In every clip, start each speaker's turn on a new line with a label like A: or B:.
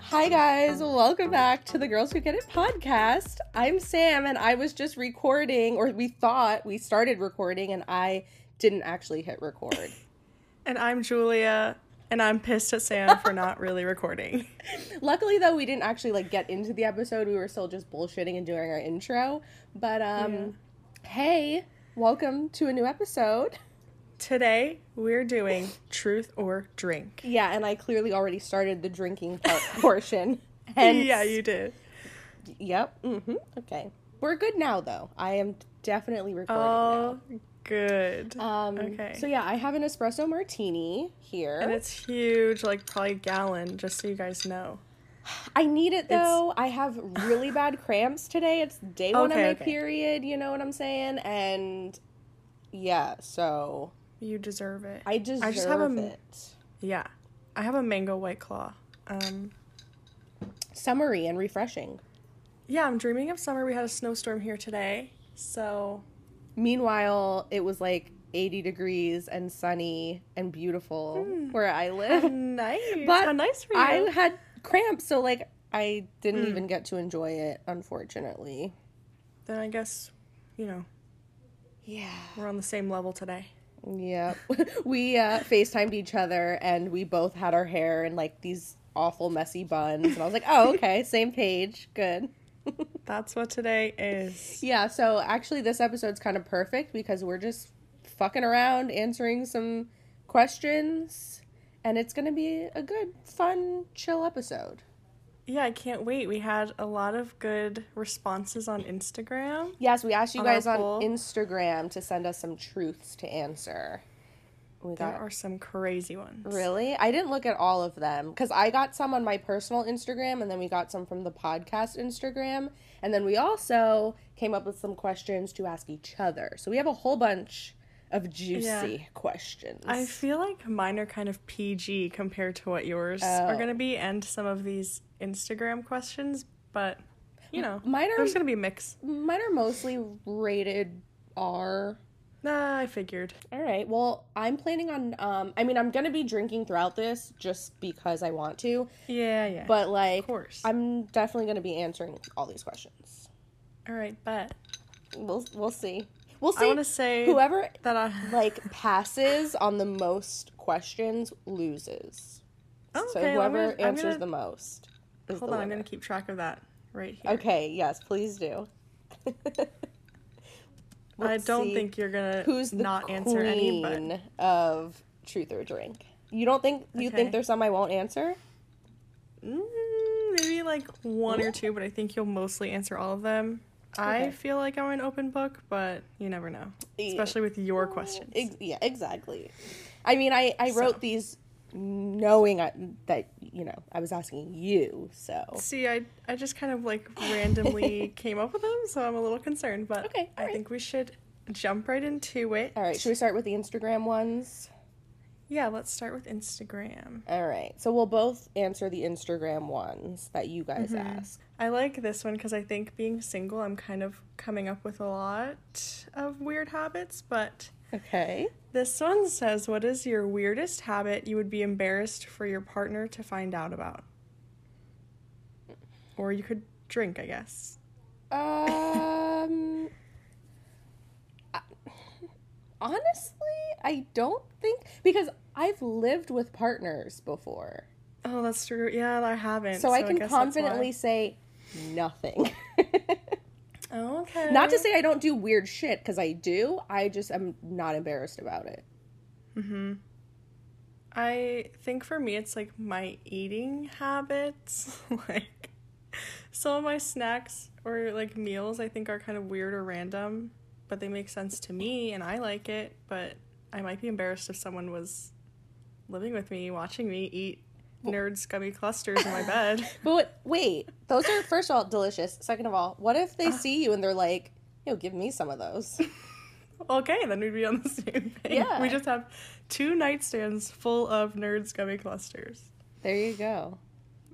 A: Hi, guys. Welcome back to the Girls Who Get It podcast. I'm Sam, and I was just recording, or we thought we started recording, and I didn't actually hit record.
B: And I'm Julia, and I'm pissed at Sam for not really recording.
A: Luckily, though, we didn't actually like get into the episode. We were still just bullshitting and doing our intro. But um, hey, welcome to a new episode.
B: Today, we're doing truth or drink.
A: Yeah, and I clearly already started the drinking part- portion. And
B: yeah, you did.
A: Yep. Mm-hmm. Okay. We're good now, though. I am definitely recording now.
B: Oh, good.
A: Um,
B: okay.
A: So yeah, I have an espresso martini here.
B: and it's huge, like probably a gallon, just so you guys know.
A: I need it though. I have really bad cramps today. It's day one of
B: Okay,
A: my
B: okay.
A: period. You know what I'm saying? And yeah, so
B: You deserve it.
A: I deserve
B: I just have a-
A: it.
B: yeah, I have a mango white claw. Um,
A: Summery and refreshing.
B: yeah, I'm dreaming of summer. We had a snowstorm here today, so
A: Meanwhile, it was like 80 degrees and sunny and beautiful where I live.
B: nice.
A: But
B: How nice Hmm. for you. Hmm.
A: I had cramps, so like I didn't even get to enjoy it, unfortunately.
B: then I guess, you know,
A: Yeah.
B: we're on the same level today.
A: Yeah. we uh, FaceTimed each other and we both had our hair in like these awful messy buns. And I was like, oh, okay, same page. Good.
B: That's what today is.
A: Yeah. So actually, this episode's kind of perfect because we're just fucking around answering some questions. And it's going to be a good, fun, chill episode.
B: Yeah, I can't wait. We had a lot of good responses on Instagram.
A: Yes, we asked you
B: On our
A: guys on
B: poll.
A: Instagram to send us some truths to answer. We
B: There
A: got
B: are some crazy ones.
A: Really? I didn't look at all of them because I got some on my personal Instagram and then we got some from the podcast Instagram. And then we also came up with some questions to ask each other. So we have a whole bunch of juicy questions.
B: I feel like mine are kind of PG compared to what yours are
A: Oh.
B: going to be and some of these Instagram questions, but you know,
A: mine are-
B: there's going to be a mix.
A: Mine are mostly rated R.
B: Nah, I figured.
A: All right. Well, I'm planning on, um, I mean, I'm going to be drinking throughout this just because I want to.
B: Yeah, yeah.
A: But like,
B: course.
A: I'm definitely going to be answering all these questions.
B: All right, but
A: We'll, we'll see. We'll see.
B: I want to say
A: Whoever
B: that I
A: like passes on the most questions loses.
B: Oh,
A: so
B: okay, well, I'm
A: whoever
B: gonna- I'm
A: answers
B: gonna-
A: the most. Is
B: Hold
A: the
B: on, I'm
A: winner.
B: going to keep track of that right here.
A: Okay, yes, please do.
B: I
A: Let's
B: don't
A: see.
B: think you're going to
A: who's the
B: not
A: queen
B: answer any, but
A: of truth or drink. You don't think you
B: Okay.
A: think there's some I won't answer?
B: Mm, maybe like one or two, but I think you'll mostly answer all of them.
A: Okay.
B: I feel like I'm an open book, but you never know,
A: Yeah.
B: especially with your questions.
A: Ex- yeah, exactly. I mean, I I wrote
B: So.
A: these knowing I, that you know I was asking you, so
B: See, I I just kind of like randomly came up with them, so I'm a little concerned, but
A: Okay,
B: I
A: alright.
B: think we should jump right into it.
A: all right. Should we start with the Instagram ones?
B: Yeah, let's start with Instagram.
A: All right. So we'll both answer the Instagram ones that you guys asked.
B: I like this one because I think being single, I'm kind of coming up with a lot of weird habits, but
A: Okay.
B: This one says, What is your weirdest habit you would be embarrassed for your partner to find out about? Or you could drink, I guess.
A: Um I- Honestly, I don't think because I've lived with partners before.
B: Oh, that's true. Yeah, I haven't.
A: So, I can
B: guess that's
A: confidently say nothing.
B: why. Oh, okay.
A: not to say I don't do weird shit cuz I do. I just am not embarrassed about it.
B: I think for me, it's like my eating habits. like, some of my snacks or like meals, I think are kind of weird or random, but they make sense to me and I like it. But I might be embarrassed if someone was living with me, watching me eat nerd scummy clusters in my bed.
A: But what, wait, those are first of all delicious. Second of all, what if they see you and they're like, "Yo, give me some of those."
B: okay, then we'd be on the same page.
A: Yeah.
B: We just have two nightstands full of nerd scummy clusters.
A: There you go.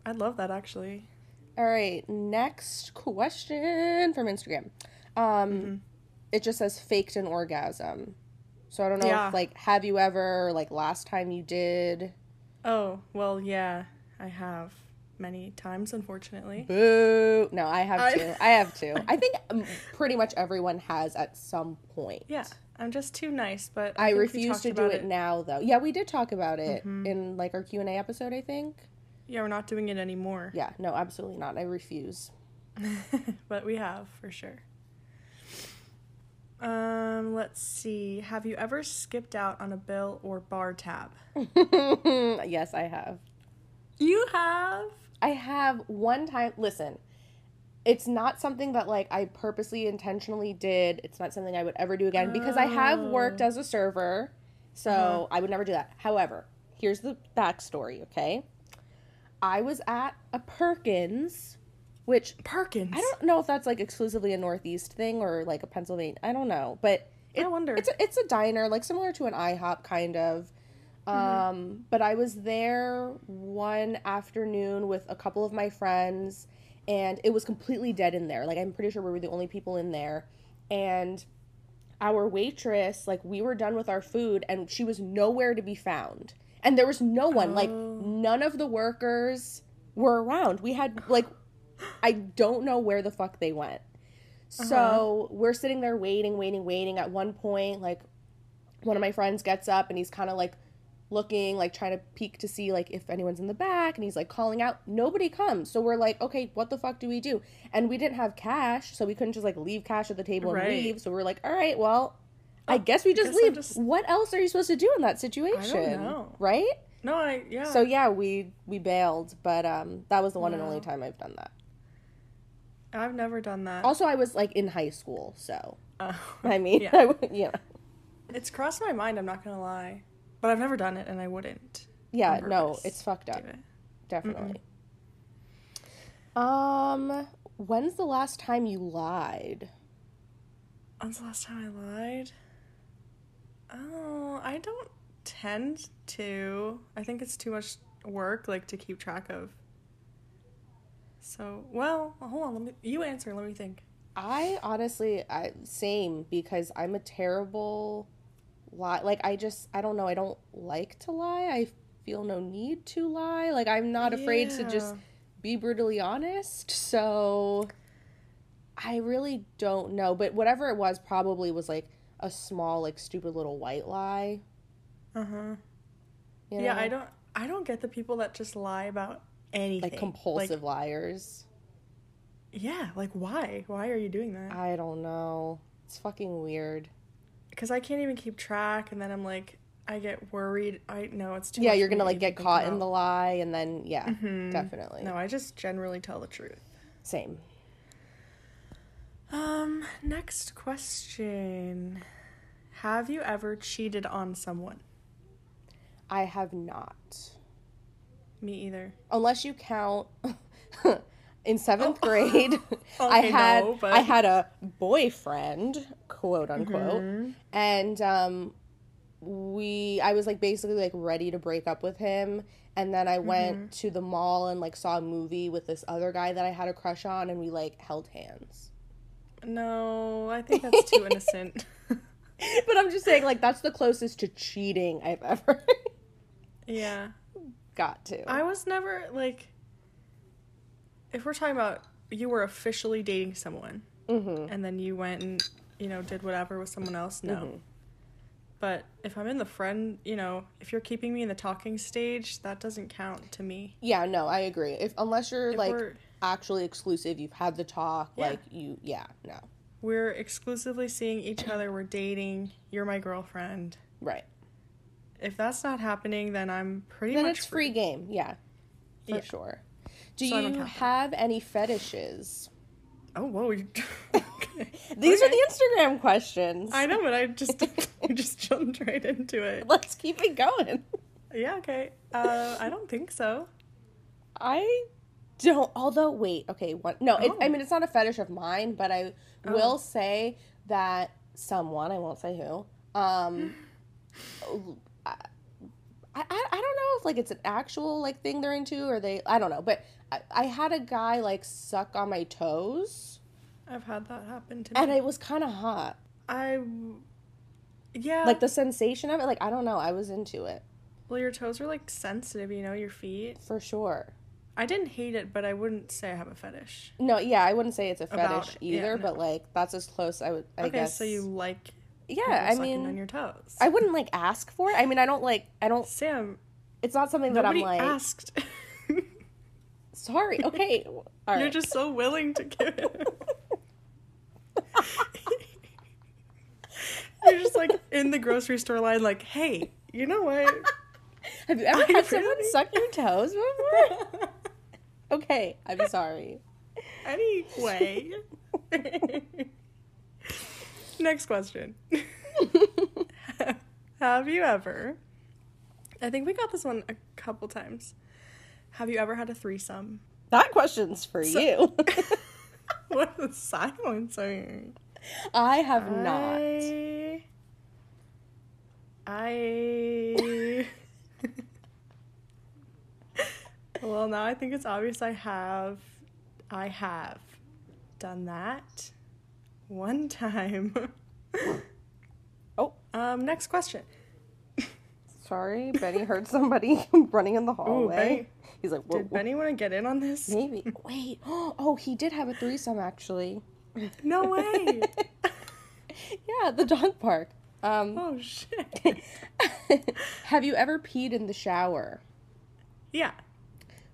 B: I'd love that actually.
A: All right, next question from Instagram. Um,
B: Mm-hmm.
A: It just says faked an orgasm. So I don't know
B: Yeah.
A: if, like, have you ever, or, like, last time you did?
B: Oh, well, yeah, I have. many times, unfortunately.
A: Boo. No, I have
B: I-
A: two. I have two. I think um, pretty much everyone has at some point.
B: Yeah, I'm just too nice, but
A: I,
B: think we
A: refuse
B: talked
A: to do
B: about Mm-hmm.
A: it, now though. Yeah, we did talk about it in like our Q&A episode, I think.
B: Yeah, we're not doing it anymore,
A: Yeah, no, absolutely not. I refuse.
B: but we have for sure. Um, let's see. Have you ever skipped out on a bill or bar tab?
A: yes, I have.
B: You have.
A: I have one time. Listen, it's not something that like I purposely intentionally did. It's not something I would ever do again because I have worked as a server, so I would never do that. However, here's the backstory. Okay, I was at a Perkins, which
B: Perkins.
A: I don't know if that's like exclusively a Northeast thing or like a Pennsylvania. I don't know, but
B: I wonder.
A: it's a, it's a diner like similar to an IHOP kind of. Um, but I was there one afternoon with a couple of my friends, and it was completely dead in there. Like I'm pretty sure we were the only people in there, and our waitress like we were done with our food and she was nowhere to be found and there was no one like
B: Oh.
A: none of the workers were around we had like i don't know where the fuck they went
B: Uh-huh.
A: so we're sitting there waiting waiting waiting at one point like one of my friends gets up and he's kind of like looking like trying to peek to see like if anyone's in the back and he's like calling out nobody comes so we're like okay what the fuck do we do and we didn't have cash so we couldn't just like leave cash at the table
B: Right. Oh,
A: and leave so we're like all right well i guess we just
B: guess I'll
A: leave
B: just-
A: what else are you supposed to do in that situation
B: know.
A: right
B: No, I yeah.
A: so yeah we we bailed but um that was the one and
B: Wow.
A: only time i've done that
B: I've never done that.
A: also i was like in high school so
B: Oh.
A: i mean
B: Yeah.
A: I would- you know
B: It's crossed my mind, I'm not gonna lie. But I've never done it and I wouldn't
A: yeah
B: On
A: no
B: purpose.
A: it's fucked
B: do
A: up
B: it.
A: definitely. Um, when's the last time you lied?
B: When's the last time I lied? Oh, I don't tend to. I think it's too much work like to keep track of. So well, hold on, let me you answer, let me think.
A: I honestly, I same because I'm a terrible lie. Like I just, I don't know. I don't like to lie. I feel no need to lie. Like I'm not afraid to just
B: Yeah.
A: be brutally honest. So I really don't know. But whatever it was, probably was like a small, like stupid little white lie.
B: Uh-huh.
A: you
B: Yeah,
A: know?
B: I don't I don't get the people that just lie about anything.
A: like compulsive liars.
B: yeah, like why? Why are you doing that?
A: I don't know. It's fucking weird.
B: because I can't even keep track, and then I'm like, I get worried. I know it's too.
A: yeah,
B: much
A: you're
B: for me
A: gonna
B: to
A: like
B: even
A: get
B: think
A: caught in the
B: about.
A: lie, and then yeah, definitely.
B: No, I just generally tell the truth.
A: Same.
B: Um, next question: Have you ever cheated on someone?
A: I have not,
B: Me either.
A: unless you count. in seventh grade, I
B: Okay,
A: had
B: no, but-
A: I had a boyfriend, quote unquote, and um, we I was like basically like ready to break up with him, and then I went to the mall and like saw a movie with this other guy that I had a crush on, and we like held hands.
B: No, I think that's too innocent.
A: but I'm just saying, like, that's the closest to cheating I've ever
B: yeah,
A: got to.
B: I was never like. If we're talking about you were officially dating someone,
A: mm-hmm.
B: and then you went and you know did whatever with someone else no but if i'm in the friend you know if you're keeping me in the talking stage that doesn't count to me
A: Yeah, no, I agree. If unless you're
B: If
A: like
B: we're,
A: actually exclusive, you've had the talk,
B: Yeah.
A: like you, yeah, no,
B: we're exclusively seeing each other we're dating you're my girlfriend
A: right.
B: if that's not happening then i'm pretty
A: then
B: much
A: it's free game, yeah, for
B: Yeah.
A: sure. Do
B: So I don't
A: you
B: count that.
A: have any fetishes?
B: oh whoa you- okay.
A: These
B: Okay.
A: are the Instagram questions.
B: i know but i just I just jumped right into it
A: Let's keep it going.
B: yeah okay uh, i don't think so
A: I don't. Although, wait, okay, one. No, it, I
B: Oh.
A: mean it's not a fetish of mine, but I will say that someone, I won't say who, um, I, I, I don't know if like it's an actual like thing they're into or they, I don't know, but I, I had a guy like suck on my toes,
B: i've had that happen to me
A: and it was kind of hot.
B: i yeah
A: Like the sensation of it, like I don't know, I was into it
B: Well, your toes are like sensitive, you know, your feet.
A: for sure.
B: I didn't hate it, but I wouldn't say I have a fetish.
A: No, yeah, I wouldn't say it's a
B: About
A: fetish
B: it, yeah,
A: either,
B: no.
A: but like that's as close I would. I
B: okay,
A: guess.
B: so you like people
A: Yeah, I
B: sucking on
A: mean,
B: your toes.
A: I wouldn't like ask for it. I mean, I don't like. I don't.
B: Sam,
A: It's not something that I'm
B: nobody
A: like.
B: asked.
A: Sorry. Okay. All right.
B: You're just so willing to give it. You're just like in the grocery store line, like, hey, you know what?
A: Have you ever
B: I
A: had someone
B: really-
A: suck your toes before? okay, I'm sorry.
B: anyway. Next question. Have you ever? I think we got this one a couple times. Have you ever had a threesome?
A: that question's for
B: So-
A: you.
B: What is the silence? I mean?
A: I have not.
B: I. I. well, now I think it's obvious I have. I have done that one time.
A: Oh.
B: Um, next question.
A: Sorry, Benny heard somebody running in the hallway.
B: Benny.
A: He's like, whoa,
B: Did
A: whoa,
B: Benny want to get in on this?
A: maybe. Wait. Oh, he did have a threesome actually.
B: No way.
A: Yeah, at the dog park. Um,
B: oh, shit.
A: have you ever peed in the shower?
B: Yeah,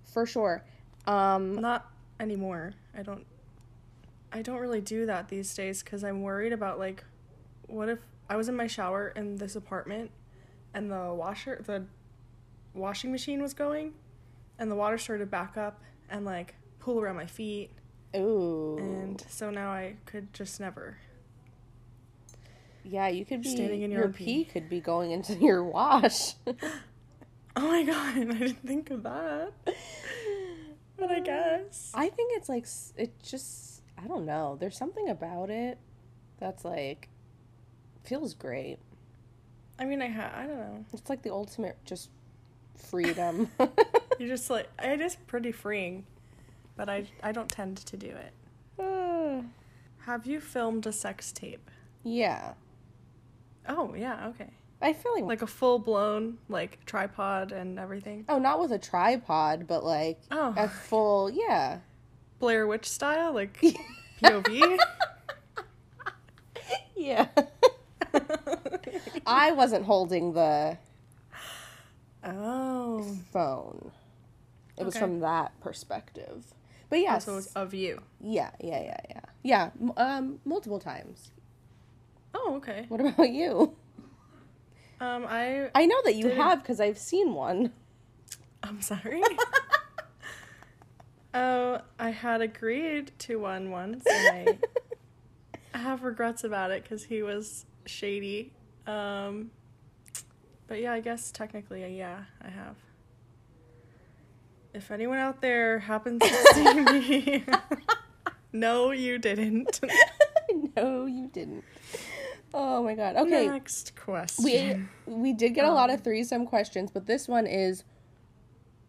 A: For sure. Um,
B: not anymore. I don't I don't really do that these days cuz I'm worried about like what if I was in my shower in this apartment and the washer the washing machine was going and the water started to back up and like pool around my feet
A: ooh.
B: and so now I could just never.
A: yeah, you could be
B: Standing in your
A: your
B: own
A: pee
B: pee.
A: could be going into your wash.
B: Oh my god, I didn't think of that. But I guess.
A: I think it's like s- it just I don't know. There's something about it that's like feels great.
B: I mean, I ha- I don't know.
A: It's like the ultimate just freedom.
B: You're just like it is pretty freeing, but I I don't tend to do it.
A: Uh,
B: Have you filmed a sex tape?
A: yeah.
B: Oh, yeah, okay.
A: I feel like,
B: Like a full blown, like tripod and everything.
A: oh, not with a tripod, but like
B: Oh.
A: a full, yeah.
B: Blair Witch style, like POV.
A: Yeah. I wasn't holding the
B: oh.
A: phone. It was
B: Okay.
A: from that perspective. But yes.
B: Also of you.
A: yeah, yeah, yeah, yeah. Yeah, m- um multiple times.
B: Oh, okay.
A: What about you?
B: Um, I
A: I know that you
B: Did-
A: have because I've seen one.
B: I'm sorry. Oh, I had agreed to one once, and I I have regrets about it because he was shady. Um, but yeah, I guess technically, uh, yeah, I have. If anyone out there happens to see me, no, you didn't.
A: no, you didn't. Oh my god. Okay.
B: Next question.
A: We we did get a lot
B: Um,
A: of threesome questions, but this one is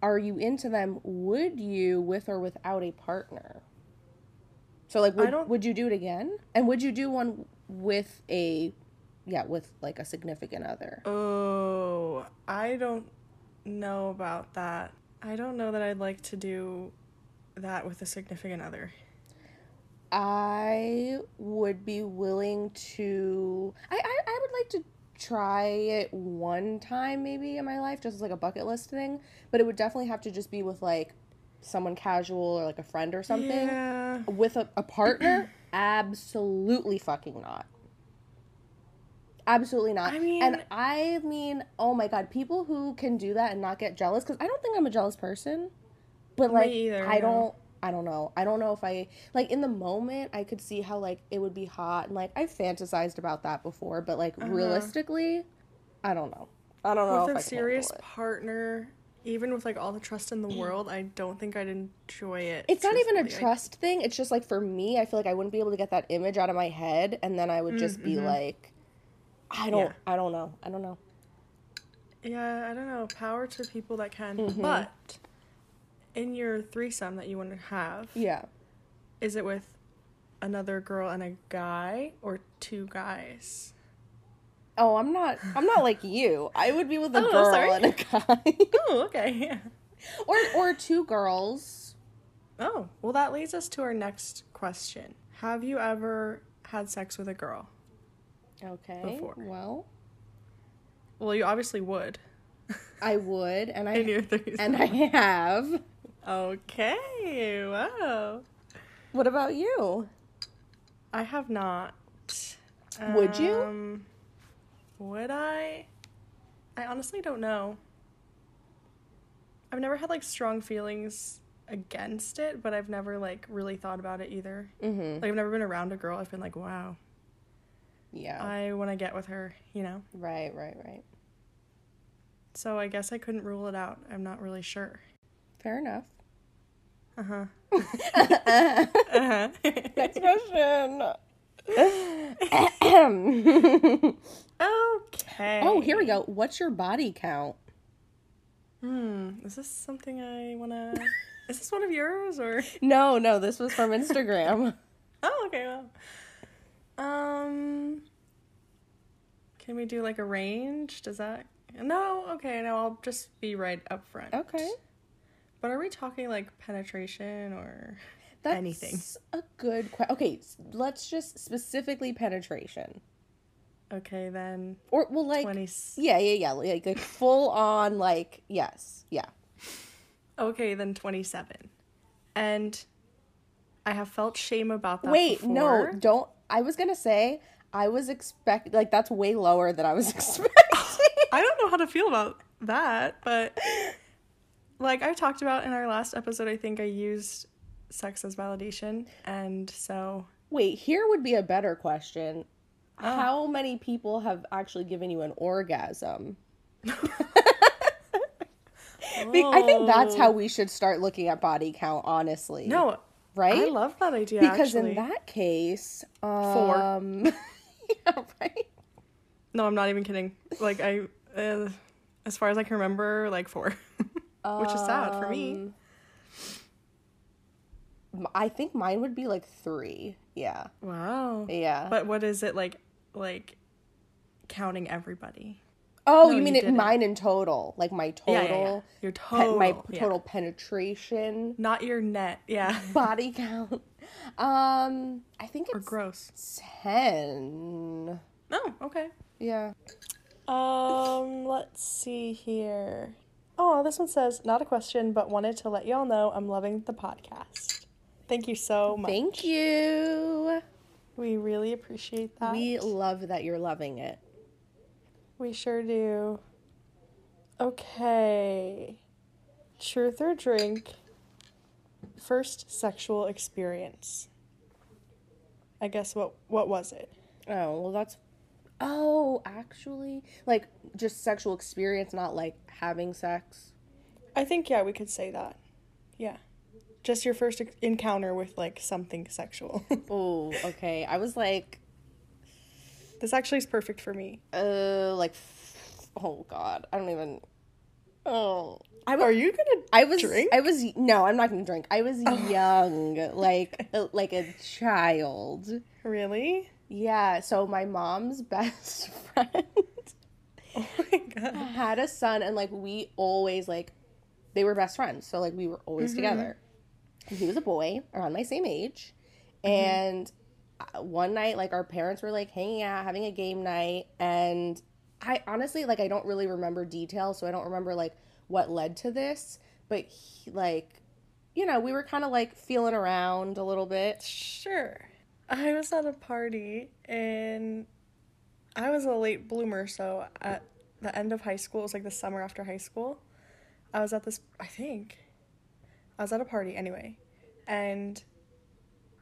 A: are you into them would you with or without a partner? So like would,
B: don't-
A: would you do it again? And would you do one with a yeah, with like a significant other?
B: Oh, I don't know about that. I don't know that I'd like to do that with a significant other.
A: I would be willing to I, I I would like to try it one time maybe in my life just as like a bucket list thing, but it would definitely have to just be with like someone casual or like a friend or something.
B: Yeah.
A: with a, a partner absolutely fucking not absolutely not
B: I mean-
A: and i mean oh my god people who can do that and not get jealous because i don't think i'm a jealous person but
B: Me
A: like
B: either,
A: i
B: no.
A: don't i don't know i don't know if i like in the moment i could see how like it would be hot and like i fantasized about that before but like
B: Uh-huh.
A: realistically i don't know i don't know
B: with a
A: Oh, if I can handle
B: serious
A: it. Mm.
B: partner, even with like all the trust in the world, I don't think I'd enjoy it.
A: It's not even a
B: truthfully. I-
A: trust thing. It's just like for me, I feel like I wouldn't be able to get that image out of my head, and then I would just be like, I don't,
B: Mm-hmm. Yeah.
A: I don't know, I don't know.
B: yeah, I don't know. Power to people that can.
A: Mm-hmm.
B: But in your threesome that you want to have,
A: Yeah,
B: is it with another girl and a guy or two guys?
A: Oh, I'm not. I'm not like you. I would be with a
B: Oh,
A: girl
B: sorry.
A: and a guy.
B: Oh, okay. Yeah.
A: or or two girls.
B: Oh, well, that leads us to our next question. Have you ever had sex with a girl?
A: Okay.
B: Before.
A: Well,
B: Well, you obviously would.
A: I would, and I
B: In your threes.
A: and I have.
B: okay, wow.
A: What about you?
B: I have not.
A: Would you?
B: Um, Would I? I honestly don't know. I've never had like strong feelings against it, but I've never like really thought about it either.
A: Mm-hmm.
B: Like I've never been around a girl. I've been like, wow,
A: Yeah.
B: I want to get with her, you know.
A: right. Right. Right.
B: So I guess I couldn't rule it out. I'm not really sure.
A: Fair enough.
B: Uh huh.
A: Next question.
B: Okay.
A: oh, here we go. What's your body count?
B: Hmm. Is this something I wanna? Is this one of yours or?
A: No, no, this was from Instagram.
B: Oh, okay. Well, um, can we do like a range? Does that? No. Okay. No, I'll just be right up front.
A: okay.
B: But are we talking like penetration or?
A: That's
B: Anything.
A: a good question. Okay, s- let's just specifically penetration.
B: Okay, then
A: Or, well, like,
B: twenty.
A: yeah, yeah, yeah. Like, like full on, like, yes, yeah.
B: Okay, then twenty-seven, and I have felt shame about that.
A: Wait,
B: before.
A: no, don't. I was gonna say, I was expect like, that's way lower than I was expecting.
B: I don't know how to feel about that, but like I talked about in our last episode, I think I used sex as validation, and so
A: Wait, here would be a better question.
B: Ah.
A: How many people have actually given you an orgasm? Be- I think that's how we should start looking at body count, honestly.
B: Oh. No, I
A: right?
B: love that idea
A: Because
B: actually.
A: in that case, um,
B: Four.
A: yeah, right.
B: no, I'm not even kidding. Like I, uh, as far as I can remember, like four, which is sad for me.
A: M- I think mine would be like three. Yeah,
B: Wow.
A: yeah.
B: But what is it like? Like counting everybody.
A: oh,
B: no,
A: you
B: you
A: mean it?
B: didn't.
A: Mine in total, like my total,
B: Yeah, yeah, yeah. Your
A: pe-
B: total.
A: my
B: yeah.
A: total penetration.
B: Not your net. Yeah.
A: body count. Um, I think
B: or
A: it's
B: gross.
A: ten.
B: No. Okay.
A: Yeah.
B: Um, let's see here. Oh, this one says, not a question, but wanted to let y'all know I'm loving the podcast. Thank you so much.
A: Thank you.
B: we really appreciate that.
A: We love that you're loving it.
B: we sure do. Okay. Truth or drink? First sexual experience. I guess what what was it?
A: Oh well, that's. Oh, actually, like just sexual experience, not like having sex.
B: I think yeah, we could say that. Yeah. Just your first ex- encounter with like something sexual.
A: Oh, okay. I was like,
B: this actually is perfect for me.
A: uh, like, oh god, I don't even. Oh,
B: I Are you gonna?
A: I was.
B: Drink? Oh.
A: I was no, I'm not gonna drink. I was young, like like a child.
B: Really?
A: Yeah, so my mom's best friend
B: Oh my god.
A: had a son, and like we always like they were best friends, so like we were always together. And he was a boy around my same age, Mm-hmm. and uh, one night like our parents were like hanging out, having a game night, and I honestly like I don't really remember details, so I don't remember like what led to this, but he, like you know we were kind of like feeling around a little bit.
B: Sure. I was at a party and I was a late bloomer, so at the end of high school, it was like the summer after high school. I was at this, I think, I was at a party anyway, and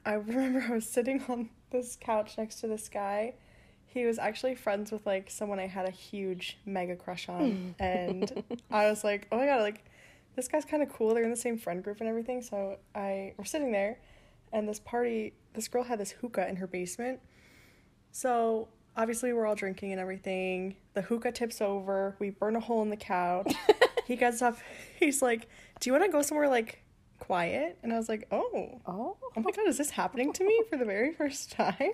B: I remember I was sitting on this couch next to this guy. He was actually friends with like someone I had a huge mega crush on, and I was like, oh my god, like this guy's kind of cool. They're in the same friend group and everything. So I we're sitting there, and this party, this girl had this hookah in her basement. So obviously we're all drinking and everything. The hookah tips over. We burn a hole in the couch. he gets up. He's like, "Do you want to go somewhere like quiet?" And I was like, "Oh,
A: Oh,
B: oh my god, is this happening to me for the very first time?"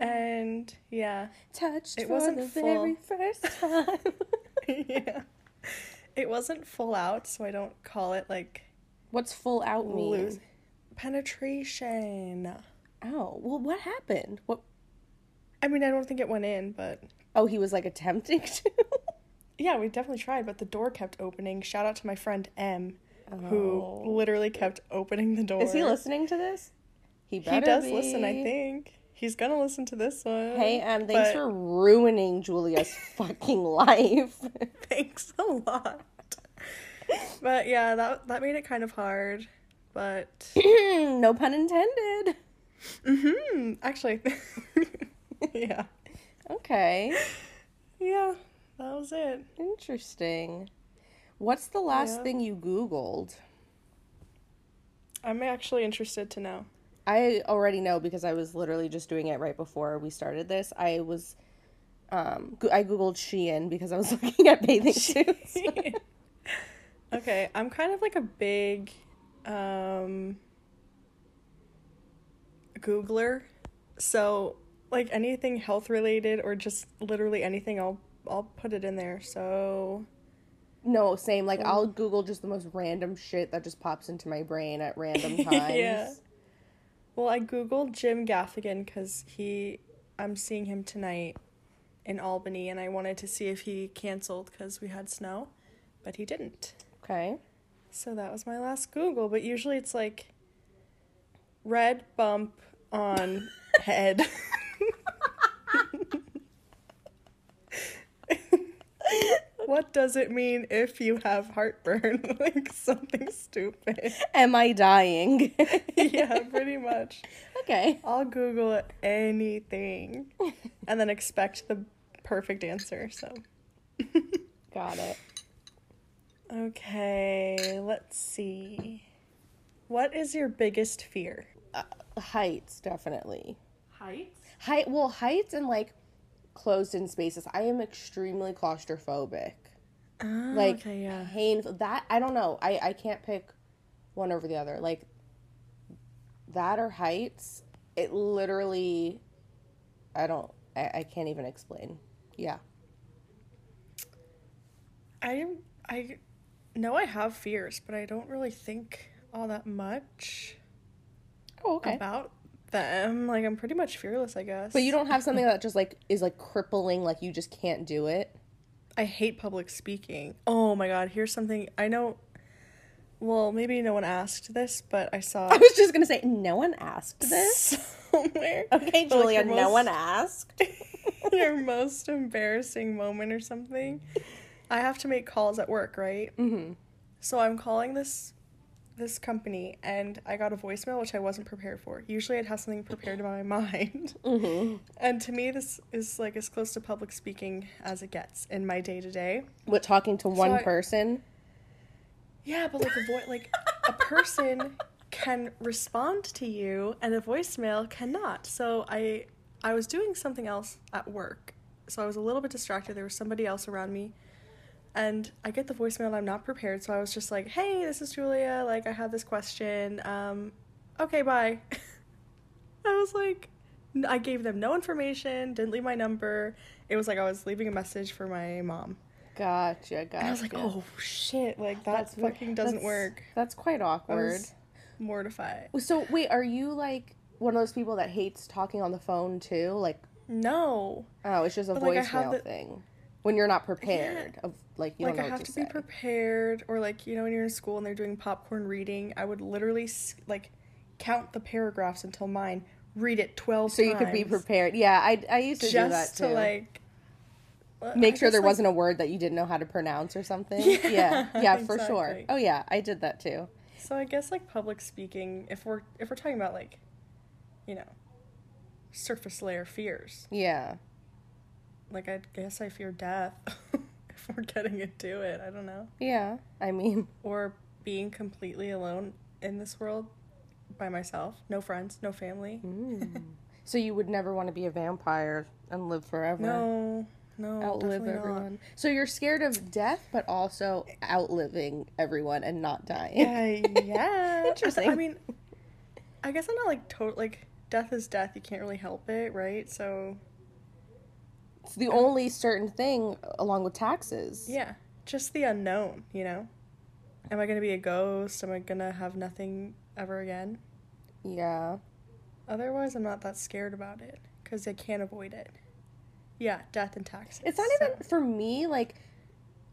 B: And yeah,
A: touched
B: It
A: for
B: wasn't
A: the
B: full.
A: very first time.
B: yeah. It wasn't full out, so I don't call it like
A: What's full out mean?
B: lose penetration.
A: Oh, well, what happened? What?
B: I mean, I don't think it went in, but
A: Oh, he was like attempting to.
B: yeah, we definitely tried, but the door kept opening. Shout out to my friend M, who literally kept opening the door.
A: Oh. Is he listening to this? He better
B: He does
A: be.
B: listen, I think. He's gonna listen to this one.
A: Hey, um, thanks
B: but-
A: for ruining Julia's fucking life.
B: thanks a lot. but yeah, that that made it kind of hard. But
A: no pun intended.
B: hmm actually, yeah,
A: Okay,
B: yeah, that was it.
A: interesting. What's the last
B: Yeah.
A: thing you Googled?
B: I'm actually interested to know.
A: I already know because I was literally just doing it right before we started this. I was, um, go- I googled Shein because I was looking at bathing suits.
B: okay, I'm kind of like a big um Googler. So like anything health related or just literally anything I'll I'll put it in there. So
A: no, same. Like I'll Google just the most random shit that just pops into my brain at random times.
B: Yeah. Well, I googled Jim Gaffigan because he, I'm seeing him tonight in Albany, and I wanted to see if he canceled because we had snow, but he didn't.
A: Okay.
B: So that was my last Google. But usually it's like red bump on head. what does it mean if you have heartburn? like something stupid.
A: Am I dying?
B: yeah, pretty much.
A: okay.
B: I'll Google anything and then expect the perfect answer. So,
A: Got it.
B: okay, let's see. What is your biggest fear?
A: Uh, heights, definitely.
B: Heights?
A: Height, well, heights and like closed in spaces. I am extremely claustrophobic. Like
B: Ah, okay, yeah.
A: painful. That I don't know. I I can't pick one over the other. Like that or heights. It literally. I don't. I, I can't even explain. Yeah.
B: I I know I have fears, but I don't really think all that much
A: Oh, okay.
B: about them. Like I'm pretty much fearless, I guess.
A: But you don't have something that just like is like crippling. Like you just can't do it.
B: I hate public speaking. Oh my god, here's something I know. Well, maybe no one asked this, but I saw
A: I was just gonna say no one asked this.
B: somewhere.
A: Okay,
B: But, like,
A: Julia.
B: your
A: no
B: most-
A: one asked.
B: your most embarrassing moment or something. I have to make calls at work, right?
A: Mm-hmm.
B: So I'm calling this this company, and I got a voicemail which I wasn't prepared for. Usually, I'd have something prepared in my mind.
A: Mm-hmm.
B: And to me, this is like as close to public speaking as it gets in my day to day.
A: What talking to one
B: I-
A: person?
B: Yeah, but like a voice, like a person can respond to you, and a voicemail cannot. So I, I was doing something else at work, so I was a little bit distracted. There was somebody else around me, and I get the voicemail. and I'm not prepared, so I was just like, "Hey, this is Julia. Like, I have this question. Um, okay, bye." I was like, n- I gave them no information. Didn't leave my number. It was like I was leaving a message for my mom.
A: Gotcha. Gotcha.
B: And I was like, "Oh shit! Like that
A: That's weird.
B: fucking doesn't
A: That's-
B: work."
A: That's quite awkward.
B: was- mortified.
A: So wait, are you like one of those people that hates talking on the phone too? Like,
B: No,
A: oh, it's just a
B: But, like, I have
A: voicemail
B: the-
A: thing. When you're not prepared, of like you
B: like
A: don't
B: I
A: know
B: have
A: what
B: to
A: to, say.
B: be prepared, or like you know when you're in school and they're doing popcorn reading, I would literally s- like count the paragraphs until mine, read it twelve
A: so you could be
B: times,
A: prepared. Yeah, I I used to do that
B: just
A: too.
B: to like uh,
A: Make
B: I
A: sure
B: just,
A: there
B: like-
A: wasn't a word that you didn't know how to pronounce or something.
B: Yeah,
A: yeah, yeah, for sure.
B: exactly.
A: Oh yeah, I did that too.
B: So I guess like public speaking, if we're if we're talking about like, you know, surface layer fears,
A: Yeah.
B: like I guess I fear death if we're getting into it. I don't know.
A: Yeah, I mean,
B: or being completely alone in this world by myself. No friends, no family.
A: Mm-hmm. so you would never want to be a vampire and live forever.
B: No, no,
A: outlive
B: definitely not.
A: everyone. So you're scared of death, but also outliving everyone and not dying.
B: Yeah, yeah.
A: Interesting.
B: I mean, I guess I'm not like total like death is death. You can't really help it, right? So
A: It's the only certain thing along with taxes.
B: yeah, just the unknown, you know? Am I going to be a ghost? Am I going to have nothing ever again?
A: Yeah.
B: Otherwise, I'm not that scared about it because I can't avoid it. Yeah, death and taxes.
A: It's not
B: so-
A: even for me like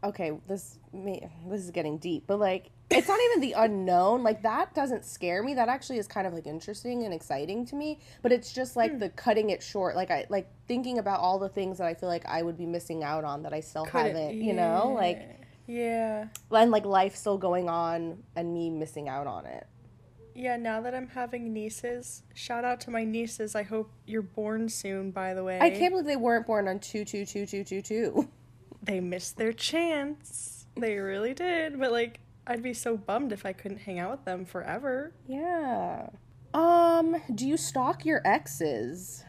A: okay, this may, this is getting deep, but like it's not even the unknown. Like that doesn't scare me. That actually is kind of like interesting and exciting to me, but it's just like the cutting it short. Like I like thinking about all the things that I feel like I would be missing out on that I still
B: Couldn't-
A: haven't, you know? Like
B: Yeah.
A: and like life still going on and me missing out on it.
B: Yeah, now that I'm having nieces, shout out to my nieces. I hope you're born soon, by the way.
A: I can't believe they weren't born on 22222.
B: They missed their chance. They really did. But, like, I'd be so bummed if I couldn't hang out with them forever.
A: Yeah. Um, do you stalk your exes?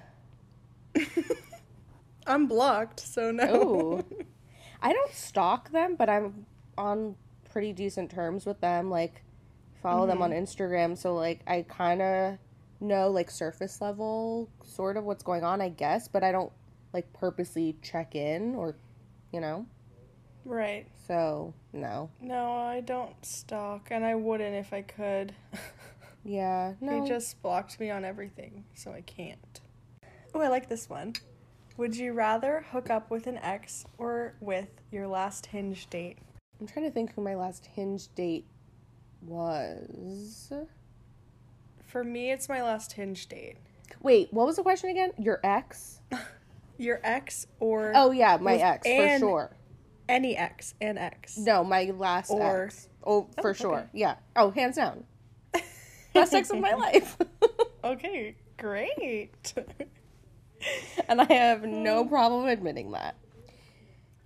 B: I'm blocked, so no.
A: Oh. I don't stalk them, but I'm on pretty decent terms with them. Like, follow them on Instagram. So, like, I kind of know, like, surface level sort of what's going on, I guess, but I don't, like, purposely check in or, you know?
B: Right.
A: So, no.
B: No, I don't stalk, and I wouldn't if I could.
A: Yeah. No.
B: They just blocked me on everything, so I can't. Oh, I like this one. Would you rather hook up with an ex or with your last hinge date?
A: I'm trying to think who my last hinge date was.
B: For me, it's my last hinge date.
A: Wait, what was the question again? Your ex?
B: Your ex or
A: Oh, yeah, my
B: With
A: ex, for
B: an
A: sure.
B: any ex, an ex.
A: No, my last
B: Or-
A: ex. Oh, for
B: okay.
A: sure. Yeah. Oh, hands down. Best ex of my life.
B: Okay, great.
A: and I have no
B: Oh.
A: problem admitting that.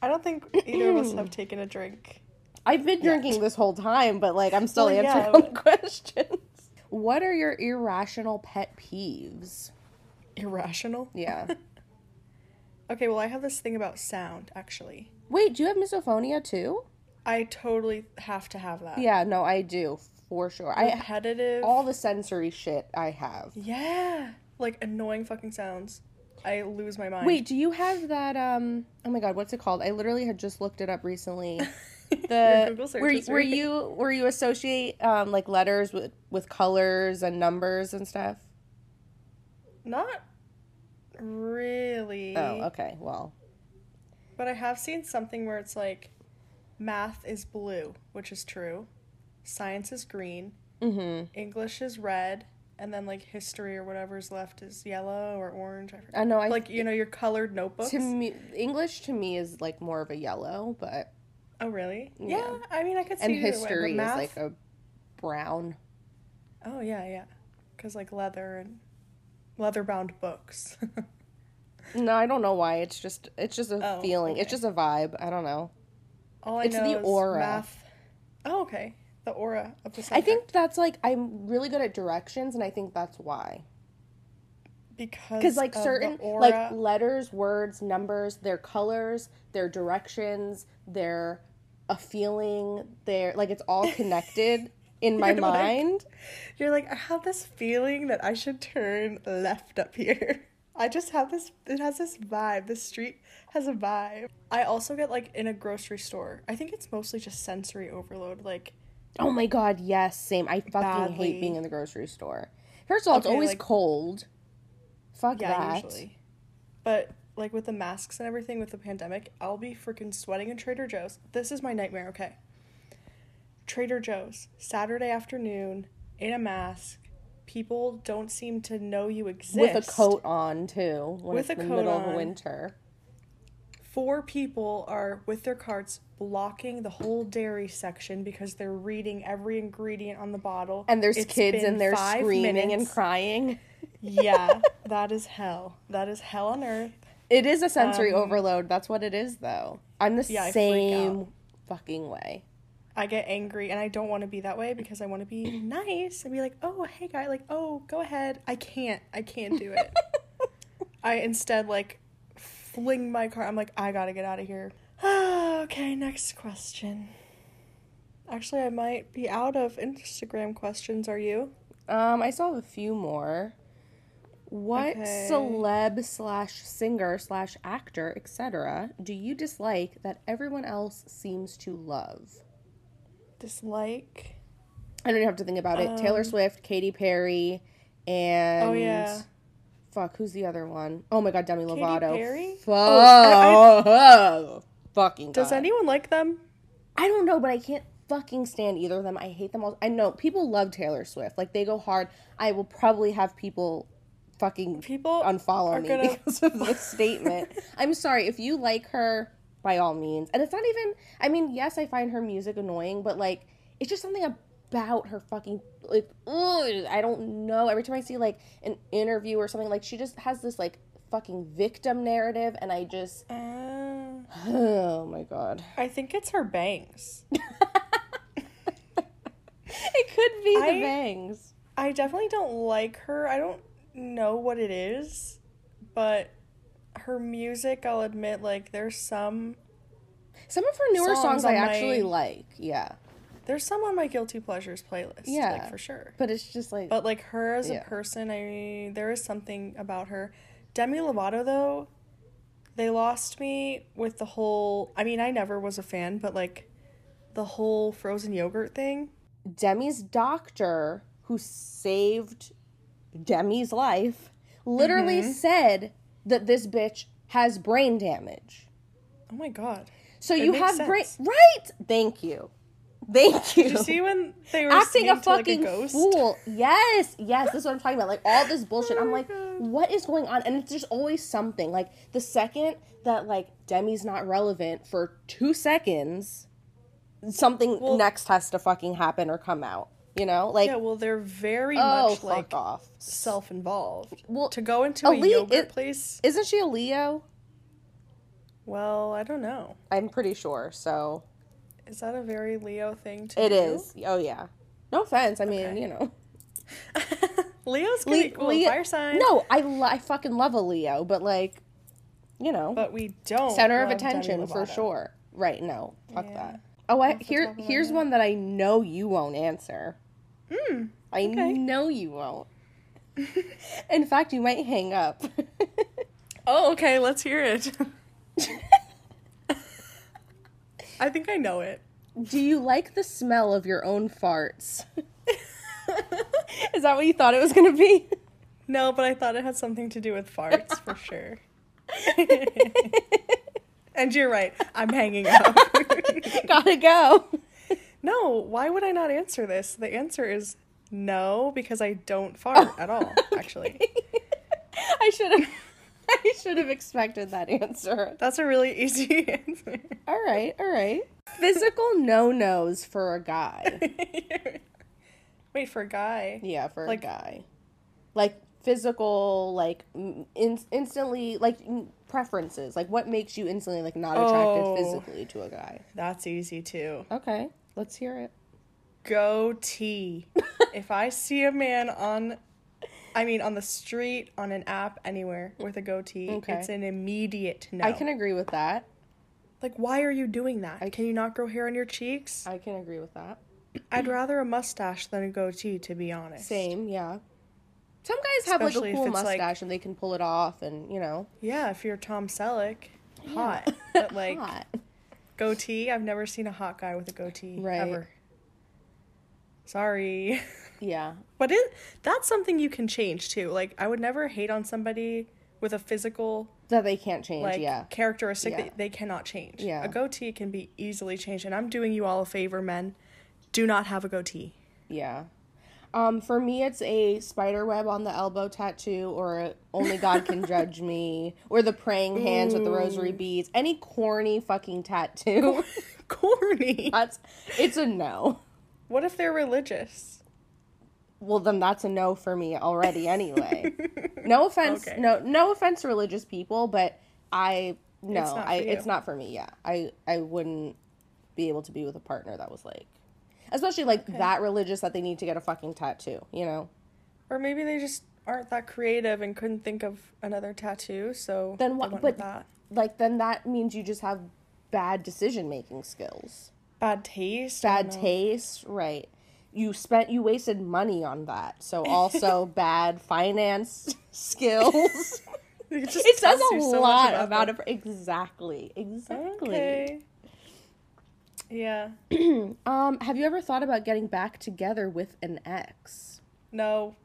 B: I don't think either of us have taken a drink.
A: I've been drinking this whole time, but like I'm still
B: Well, yeah,
A: answering
B: but-
A: questions. What are your irrational pet peeves?
B: Irrational.
A: Yeah.
B: Okay, well, I have this thing about sound, actually.
A: Wait, do you have misophonia too?
B: I totally have to have that.
A: Yeah, no, I do for sure. I
B: Repetitive.
A: all the sensory shit I have.
B: Yeah. Like annoying fucking sounds. I lose my mind.
A: Wait, do you have that? Um, oh my god, what's it called? I literally had just looked it up recently.
B: Your
A: The
B: Google search
A: where,
B: is
A: where
B: right.
A: you where you associate um, like letters with with colors and numbers and stuff.
B: Not really.
A: Oh, okay. Well,
B: But I have seen something where it's like math is blue, which is true. Science is green.
A: mm-hmm.
B: English is red. And then like history or whatever's left is yellow or orange. I forget.
A: I know. I
B: like, you know, your colored notebooks.
A: to me English to me is like more of a yellow, but
B: oh, really?
A: Yeah.
B: Yeah. I mean, I could see
A: and
B: it either way, but
A: history
B: math-
A: is like a brown.
B: Oh yeah, yeah. Cuz like leather and leather-bound books.
A: No, I don't know why. It's just it's just a
B: Oh,
A: feeling. It's
B: okay.
A: just a vibe. I don't know.
B: All I
A: It's
B: know
A: the
B: is
A: aura.
B: math. Oh, okay. The aura of the subject.
A: I think that's like I'm really good at directions, and I think that's why.
B: because
A: because like
B: of the
A: certain like
B: aura-
A: letters words numbers their colors their directions their a feeling their like it's all connected in my
B: You're like-
A: mind
B: you're like I have this feeling that I should turn left up here. I just have this. It has this vibe. This street has a vibe. I also get like in a grocery store. I think it's mostly just sensory overload. Like
A: oh my god yes same i fucking hate
B: Badly.
A: being in the grocery store first of all it's
B: Okay,
A: always
B: like-
A: cold fuck
B: yeah,
A: that
B: usually. But like with the masks and everything with the pandemic, I'll be freaking sweating in Trader Joe's. This is my nightmare, okay? Trader Joe's, Saturday afternoon, in a mask. People don't seem to know you exist.
A: with a coat on too when
B: With
A: it's
B: a
A: the
B: coat
A: middle of
B: on.
A: winter
B: Four people are with their carts blocking the whole dairy section because they're reading every ingredient on the bottle.
A: and there's
B: It's
A: kids
B: been
A: in there
B: five
A: screaming and
B: minutes.
A: crying
B: yeah, that is hell. That is hell on earth.
A: It is a sensory overload. That's what it is, though. I'm the
B: Um, Yeah, I freak out.
A: same fucking way.
B: I get angry and I don't want to be that way because I want to be nice and be like, oh, hey, guy, like, oh, go ahead. I can't. I can't do it. I instead, like, fling my car. I'm like, I got to get out of here. okay, next question. Actually, I might be out of Instagram questions. Are you?
A: Um, I still have a few more. What
B: Okay.
A: celeb slash singer slash actor, etc., do you dislike that everyone else seems to love?
B: Dislike.
A: I don't even have to think about it. Taylor Swift, Katy Perry, and
B: Um, Oh yeah.
A: fuck, who's the other one? Oh my god, Demi Lovato.
B: Perry?
A: Fuck.
B: Oh,
A: fucking
B: Does
A: god.
B: anyone like them?
A: I don't know, but I can't fucking stand either of them. I hate them all. I know people love Taylor Swift. Like they go hard. I will probably have people fucking
B: People
A: unfollow
B: are
A: me
B: gonna-
A: because of this statement. I'm sorry if you like her by all means. And it's not even I mean, yes, I find her music annoying, but like it's just something about her fucking like ugh, I don't know. Every time I see like an interview or something like she just has this like fucking victim narrative and I just
B: Uh,
A: oh my god.
B: I think it's her bangs.
A: It could be
B: I-
A: the bangs.
B: I definitely don't like her. I don't know what it is, but her music, I'll admit, like there's some
A: Some of her newer songs,
B: songs
A: I
B: on my-
A: actually like, yeah.
B: there's some on my guilty pleasures playlist.
A: Yeah.
B: like for sure.
A: But it's just like
B: But like her as
A: Yeah.
B: a person, I mean, there is something about her. Demi Lovato though, they lost me with the whole. I mean, I never was a fan, but like the whole frozen yogurt thing.
A: Demi's doctor who saved Demi's life literally
B: Mm-hmm.
A: said that this bitch has brain damage.
B: Oh my god!
A: So
B: It
A: you
B: makes
A: have brain
B: sense.
A: right? Thank you. Thank you.
B: Did you see when they were
A: acting a
B: singing to, like,
A: fucking
B: ghost?
A: fool. Yes, yes, this is what I'm talking about. Like all this bullshit.
B: Oh
A: I'm
B: my
A: like,
B: God.
A: what is going on? And it's just always something. Like the second that like Demi's not relevant for two seconds, something
B: Well-
A: next has to fucking happen or come out. You know, like
B: Yeah, well, they're very
A: oh
B: much
A: fuck
B: like
A: off.
B: self-involved.
A: Well,
B: to go into a
A: elite-
B: yogurt
A: it-
B: place,
A: Isn't she a Leo?
B: well, I don't know.
A: I'm pretty sure. So
B: Is that a very Leo thing to
A: it
B: do?
A: is. Oh yeah. No offense. I mean,
B: Okay.
A: you know.
B: Leo's gonna
A: Le-
B: be cool.
A: Leo-
B: Fire sign.
A: No, I lo- I fucking love a Leo, but like, you know.
B: but we don't.
A: center of
B: love Demi
A: attention for
B: Lovato.
A: sure. Right? No, fuck
B: Yeah.
A: that. Oh, I,
B: the
A: here
B: top of my
A: here's
B: head.
A: one that I know you won't answer.
B: Mm,
A: I
B: okay.
A: know you won't. In fact, you might hang up.
B: Oh, okay. Let's hear it. I think I know it.
A: Do you like the smell of your own farts? Is that what you thought it was gonna be?
B: no, but I thought it had something to do with farts for sure. And you're right. I'm hanging up.
A: Gotta go.
B: no, why would I not answer this? The answer is no, because I don't
A: Oh,
B: fart at all, actually.
A: I should have. I should have expected that answer.
B: That's a really easy answer.
A: All right, all right. Physical no nos for a guy.
B: Wait, for a guy.
A: Yeah, for
B: Like-
A: a guy. Like physical, like m- in- instantly, like m- preferences. Like what makes you instantly like not attracted
B: Oh.
A: physically to a guy?
B: That's easy too.
A: Okay, let's hear it.
B: Goatee. if I see a man on, I mean, on the street, on an app, anywhere with a goatee,
A: Okay.
B: it's an immediate no.
A: I can agree with that.
B: like, why are you doing that? can you not grow hair on your cheeks?
A: I can agree with that.
B: I'd rather a mustache than a goatee, to be honest.
A: Same, yeah. Some guys have like
B: Especially if
A: a cool
B: it's,
A: mustache
B: like-
A: and they can pull it off, and you know,
B: Yeah, if you're Tom Selleck, hot. But like
A: hot.
B: goatee, I've never seen a hot guy with a goatee
A: Right.
B: ever. Sorry.
A: Yeah,
B: But it that's something you can change too. Like I would never hate on somebody with a physical
A: that they can't change.
B: like
A: yeah,
B: characteristic
A: Yeah.
B: that they cannot change.
A: Yeah.
B: A goatee can be easily changed and I'm doing you all a favor, men. Do not have a goatee.
A: yeah. Um, for me, it's a spider web on the elbow tattoo, or a only God can judge me, or the praying hands with the rosary beads. Any corny fucking tattoo.
B: Corny.
A: That's it's a no.
B: what if they're religious?
A: Well, then that's a no for me already. Anyway, no offense,
B: Okay.
A: no no offense, to religious people, but I no,
B: It's not
A: I
B: for you.
A: it's not for me. Yeah, I I wouldn't be able to be with a partner that was like, especially like that religious that they need to get a fucking tattoo. You know,
B: Or maybe they just aren't that creative and couldn't think of another tattoo, so
A: Then
B: they
A: what-
B: went
A: but-
B: with that.
A: like then that means you just have bad decision making skills,
B: bad taste. I
A: bad
B: don't know.
A: taste, right? you spent you wasted money on that. So also bad finance skills.
B: It, just
A: it says
B: tells
A: a
B: you so much
A: lot
B: about
A: about
B: them.
A: it. Exactly. Exactly.
B: Okay. Yeah.
A: Um, have you ever thought about getting back together with an ex?
B: No.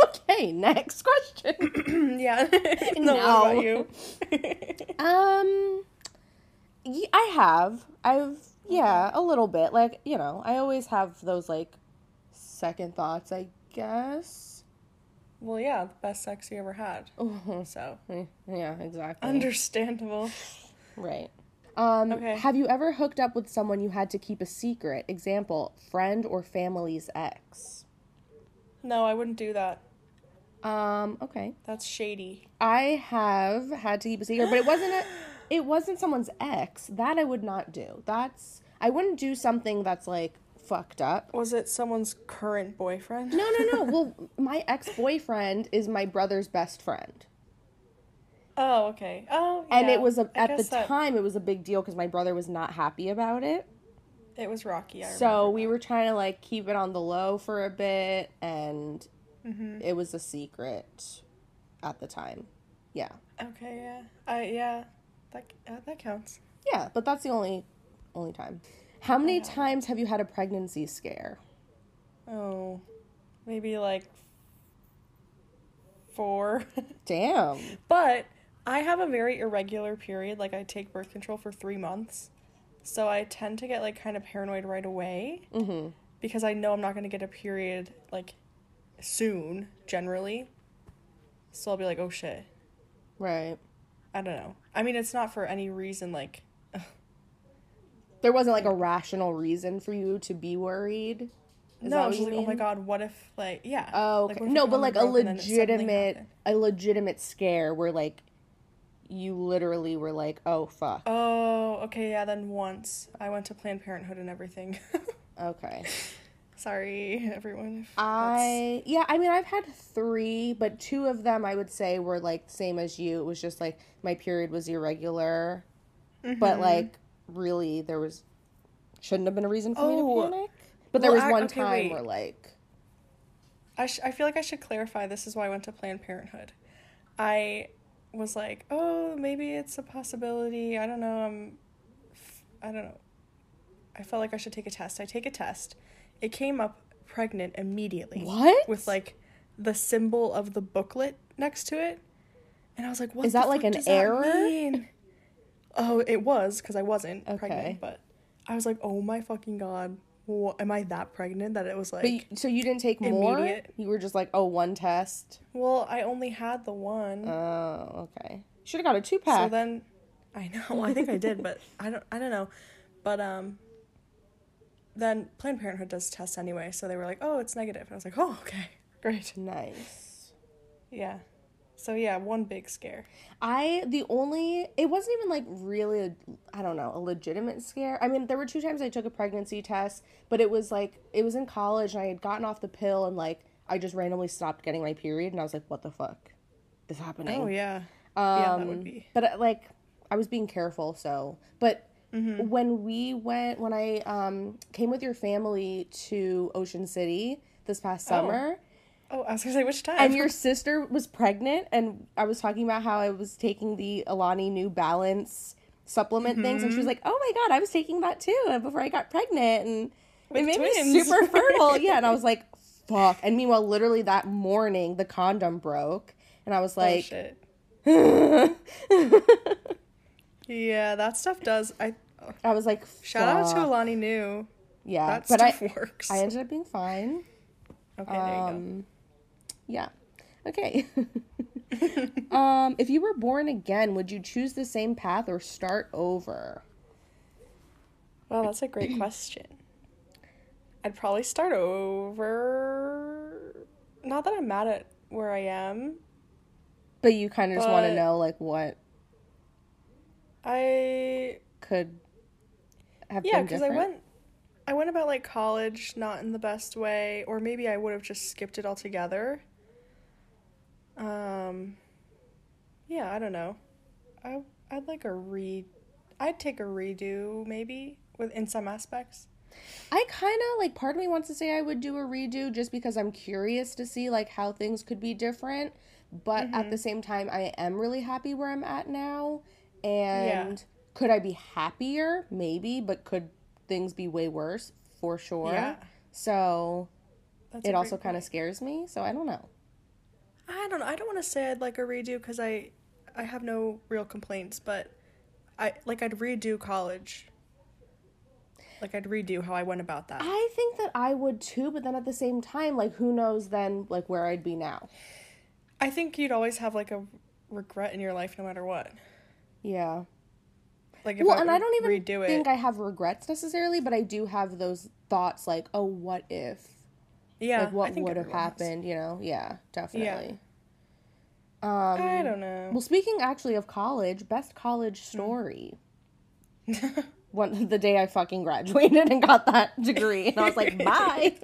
A: Okay, next question.
B: yeah.
A: No.
B: no. What about you?
A: um, y- I have. I've, yeah, a little bit. Like, you know, I always have those, like, second thoughts, I guess.
B: well, yeah, the best sex you ever had.
A: Oh.
B: So
A: Mm-hmm. Yeah, exactly.
B: Um, understandable.
A: right. Um,
B: Okay.
A: Have you ever hooked up with someone you had to keep a secret? Example, friend or family's ex.
B: No, I wouldn't do that.
A: Um, okay.
B: That's shady.
A: I have had to keep a secret, but it wasn't a, it wasn't someone's ex. That I would not do. That's I wouldn't do something that's like fucked up.
B: Was it someone's current boyfriend?
A: No, no, no. well, my ex-boyfriend is my brother's best friend.
B: Oh, okay. Oh,
A: And
B: yeah.
A: it was a,
B: I
A: at the
B: guess that-
A: time it was a big deal cuz my brother was not happy about it.
B: It was rocky. I
A: So we were trying to like keep it on the low for a bit and
B: Mm-hmm.
A: it was a secret at the time. Yeah.
B: remember. Okay. Yeah. I yeah. That uh, that counts.
A: Yeah, but that's the only only time. How many times have you had a pregnancy scare?
B: Oh, maybe like four.
A: Damn.
B: but I have a very irregular period. Like I take birth control for three months, so I tend to get like kind of paranoid right away
A: Mm-hmm.
B: because I know I'm not going to get a period like soon. Generally, so I'll be like, oh shit.
A: Right.
B: I don't know. I mean, it's not for any reason like
A: There wasn't like a rational reason for you to be worried. Is
B: no,
A: that
B: I
A: what
B: was
A: you
B: just like, oh my
A: mean?
B: god, what if like yeah?
A: Oh,
B: Like,
A: okay.
B: what if
A: no,
B: I
A: but
B: come
A: like a
B: broke and then it suddenly
A: legitimate,
B: happened?
A: a legitimate scare where like you literally were like, oh fuck.
B: Oh, okay, yeah. Then once I went to Planned Parenthood and everything.
A: Okay.
B: Sorry, everyone. if that's-
A: I yeah, I mean I've had three, but two of them I would say were like same as you. It was just like my period was irregular, but like really there was shouldn't have been a reason for me
B: Oh.
A: to panic. But there
B: Well,
A: was
B: I-
A: one
B: okay,
A: time
B: wait.
A: where like
B: I, sh- I feel like I should clarify this is why I went to Planned Parenthood. I was like, oh, maybe it's a possibility. I don't know. I'm, f- I don't know. I felt like I should take a test. I take a test. It came up pregnant immediately.
A: What?
B: With like the symbol of the booklet next to it. And I was like, what
A: Is
B: the
A: that like
B: fuck
A: an
B: does that
A: error?
B: mean? Oh, it was because I wasn't
A: Okay.
B: pregnant, but I was like, oh my fucking god, what, am I that pregnant that it was like?
A: but you, so you didn't take more?
B: immediate.
A: You were just like, "Oh, one test."
B: Well, I only had the one.
A: Oh, okay. Should have got a two
B: so
A: pack.
B: then I know, I think I did, but I don't I don't know. But um then Planned Parenthood does tests anyway, so they were like, "Oh, it's negative." And I was like, "Oh, okay. Great."
A: nice.
B: Yeah. So yeah, one big scare.
A: I the only it wasn't even like really a, I don't know a legitimate scare. I mean, there were two times I took a pregnancy test, but it was like it was in college and I had gotten off the pill and like I just randomly stopped getting my period and I was like, what the fuck is happening?
B: Oh yeah. yeah, that would
A: Um,
B: be.
A: But uh, like, I was being careful. So, but when we went, when I um came with your family to Ocean City this past summer,
B: Oh, I was going to say which time?
A: and your sister was pregnant, and I was talking about how I was taking the Alani New Balance supplement things,
B: Mm-hmm.
A: and she was like, "Oh my god, I was taking that too, and before I got pregnant, and it
B: With
A: made me
B: twins."
A: super fertile." yeah, and I was like, "Fuck!" And meanwhile, literally that morning, the condom broke, and I was
B: Oh,
A: like.
B: shit. Yeah, that stuff does. I oh,
A: I was like,
B: shout out to
A: "Fuck."
B: Alani New.
A: yeah,
B: That
A: but
B: stuff
A: I
B: works.
A: I um, ended up being fine.
B: okay, there you go.
A: Yeah, okay. um, if you were born again, would you choose the same path or start over?
B: Well, that's a great question. I'd probably start over. Not that I'm mad at where I am.
A: But you kind of just want to
B: But-
A: know like what
B: I
A: could have
B: yeah,
A: been
B: because I
A: different.
B: went, I went about like college not in the best way, or maybe I would have just skipped it altogether. Um, yeah, I don't know. I I'd like a re, I'd take a redo maybe with in some aspects.
A: I kind of like part of me wants to say I would do a redo just because I'm curious to see like how things could be different, but at the same time I am really happy where I'm at now and could I be happier? Maybe, but could things be way worse? For sure.
B: Yeah.
A: So
B: That's
A: it
B: a
A: also
B: great
A: kind of scares me, so I don't know.
B: I don't know. I don't want to say I'd like a redo because I, I have no real complaints, but I like I'd redo college. Like I'd redo how I went about that.
A: I think that I would too, but then at the same time, like who knows then like where I'd be now.
B: I think you'd always have like a regret in your life no matter what.
A: Yeah.
B: Like if
A: Well,
B: I,
A: and I don't even
B: redo
A: think
B: it.
A: I have regrets necessarily, but I do have those thoughts like, oh, what if?
B: yeah.
A: Like,
B: I
A: what
B: think
A: would have
B: everyone has.
A: happened? You know? Yeah, definitely.
B: I don't know.
A: Well, speaking actually of college, best college
B: Hmm.
A: story. One, the day I fucking graduated and got that degree, and I was like, bye.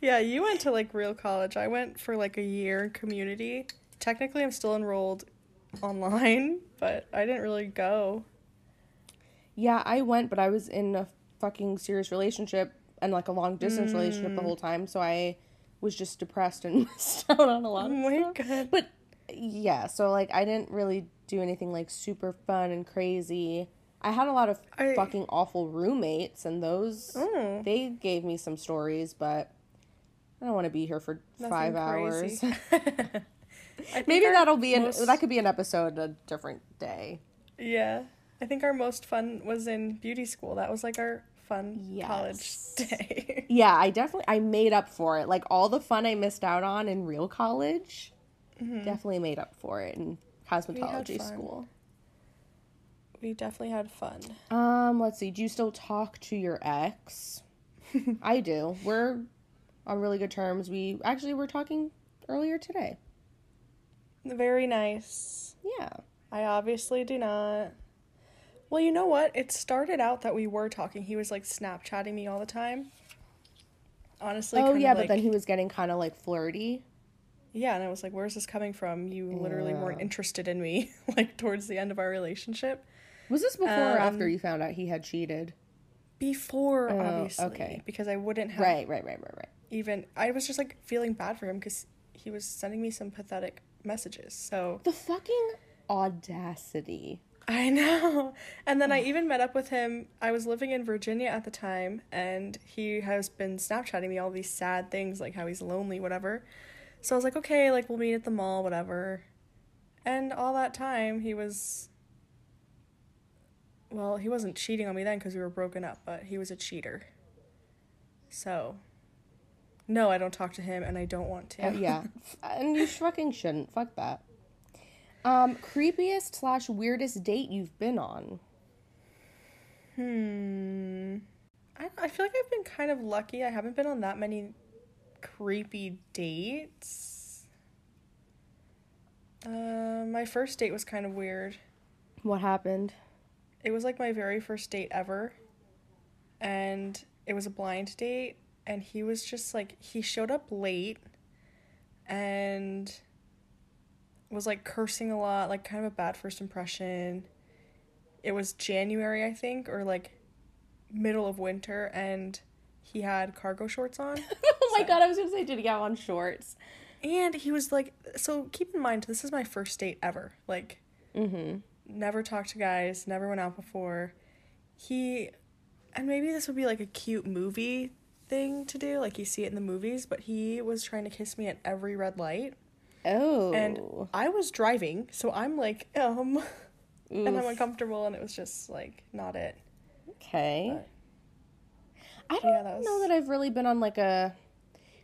B: Yeah, you went to like real college. I went for like a year in community. Technically, I'm still enrolled online, but I didn't really go.
A: Yeah, I went, but I was in a fucking serious relationship and like a long distance relationship
B: Hmm.
A: the whole time, so I was just depressed and missed out on a lot
B: Oh
A: of
B: my god.
A: But yeah, so like I didn't really do anything like super fun and crazy. I had a lot of
B: I-
A: fucking awful roommates, and those
B: Oh.
A: they gave me some stories, but I don't want to be here for five hours. Maybe that'll be an
B: most-
A: that could be an episode a different day.
B: Yeah. I think our most fun was in beauty school. That was like our fun college
A: Yes.
B: day.
A: Yeah, I definitely I made up for it. Like all the fun I missed out on in real college, definitely made up for it in cosmetology
B: Mm-hmm. fun.
A: school.
B: we definitely had fun.
A: Um, let's see. Do you still talk to your ex? I do. We're on really good terms. We actually were talking earlier today.
B: Very nice.
A: Yeah.
B: I obviously do not. Well, you know what? It started out that we were talking. He was like Snapchatting me all the time. Honestly,
A: oh
B: kinda,
A: yeah,
B: like-
A: but then he was getting kind of like flirty.
B: yeah, and I was like, "Where's this coming from? You literally weren't interested in me like towards the end of our relationship."
A: Was this before or after you found out he had cheated?
B: Before, obviously,
A: Oh, okay.
B: because I wouldn't have
A: Right, right, right, right, right.
B: even. I was just like feeling bad for him because he was sending me some pathetic messages. So
A: The fucking audacity.
B: I know. And then I even met up with him. I was living in Virginia at the time, and he has been Snapchatting me all these sad things, like how he's lonely, whatever. So I was like, okay, like we'll meet at the mall, whatever. And all that time, he was. Well, he wasn't cheating on me then because we were broken up, but he was a cheater. So. No, I don't talk to him, and I don't want to.
A: Uh, yeah, and you fucking shouldn't. Fuck that. Um, creepiest slash weirdest date you've been on.
B: Hmm. I, I feel like I've been kind of lucky. I haven't been on that many creepy dates. Uh, my first date was kind of weird.
A: What happened?
B: It was like my very first date ever. And it was a blind date. And he was just like, he showed up late and was like cursing a lot, like kind of a bad first impression. It was January, I think, or like middle of winter. And he had cargo shorts on.
A: oh my god, I was gonna say, did he have on shorts?
B: And he was like, so keep in mind, this is my first date ever. Like,
A: Mm-hmm.
B: never talked to guys, never went out before. He, and maybe this would be like a cute movie thing to do, like you see it in the movies, but he was trying to kiss me at every red light.
A: Oh.
B: And
A: Oof.
B: I was driving, so I'm like, um, and I'm uncomfortable, and it was just like, not it.
A: okay. I don't
B: yeah, that was-
A: know that I've really been on like a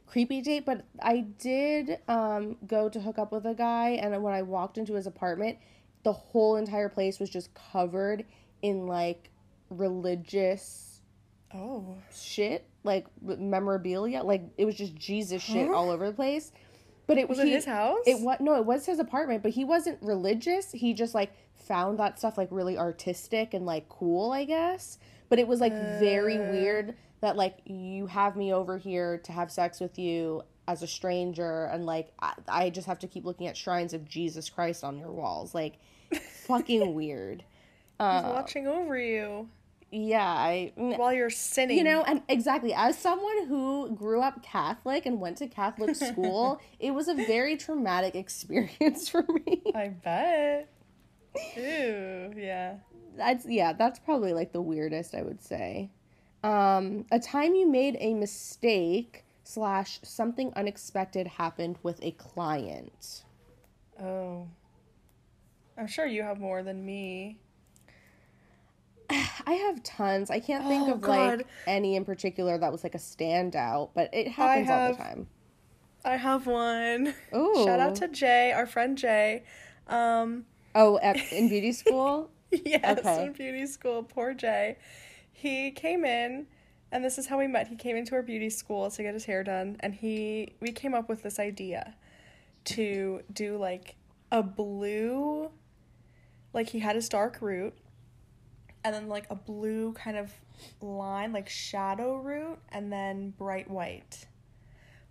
A: creepy date, but I did um, go to hook up with a guy, and when I walked into his apartment, the whole entire place was just covered in like religious
B: Oh.
A: shit, like w- memorabilia. Like it was just Jesus shit all over the place. But it
B: Was
A: he-
B: it his house?
A: It was no, it was his apartment, but he wasn't religious. He just like found that stuff like really artistic and like cool, I guess. But it was like very weird that like you have me over here to have sex with you as a stranger, and like I, I just have to keep looking at shrines of Jesus Christ on your walls, like fucking weird.
B: He's watching over you.
A: yeah, I n-
B: while you're sinning.
A: you know, and exactly as someone who grew up Catholic and went to Catholic school, it was a very traumatic experience for me.
B: I bet. Ew, yeah.
A: That's yeah, that's probably like the weirdest I would say. Um, a time you made a mistake slash something unexpected happened with a client.
B: Oh. I'm sure you have more than me.
A: I have tons. I can't think
B: Oh,
A: of
B: God.
A: like any in particular that was like a standout, but it happens all
B: have-
A: the time.
B: I have one.
A: Ooh.
B: Shout out to Jay, our friend Jay. Um,
A: Oh, at, in beauty school.
B: yes,
A: Okay.
B: in beauty school. Poor Jay. He came in, and this is how we met. He came into our beauty school to get his hair done, and he we came up with this idea to do like a blue, like he had his dark root, and then like a blue kind of line, like shadow root, and then bright white.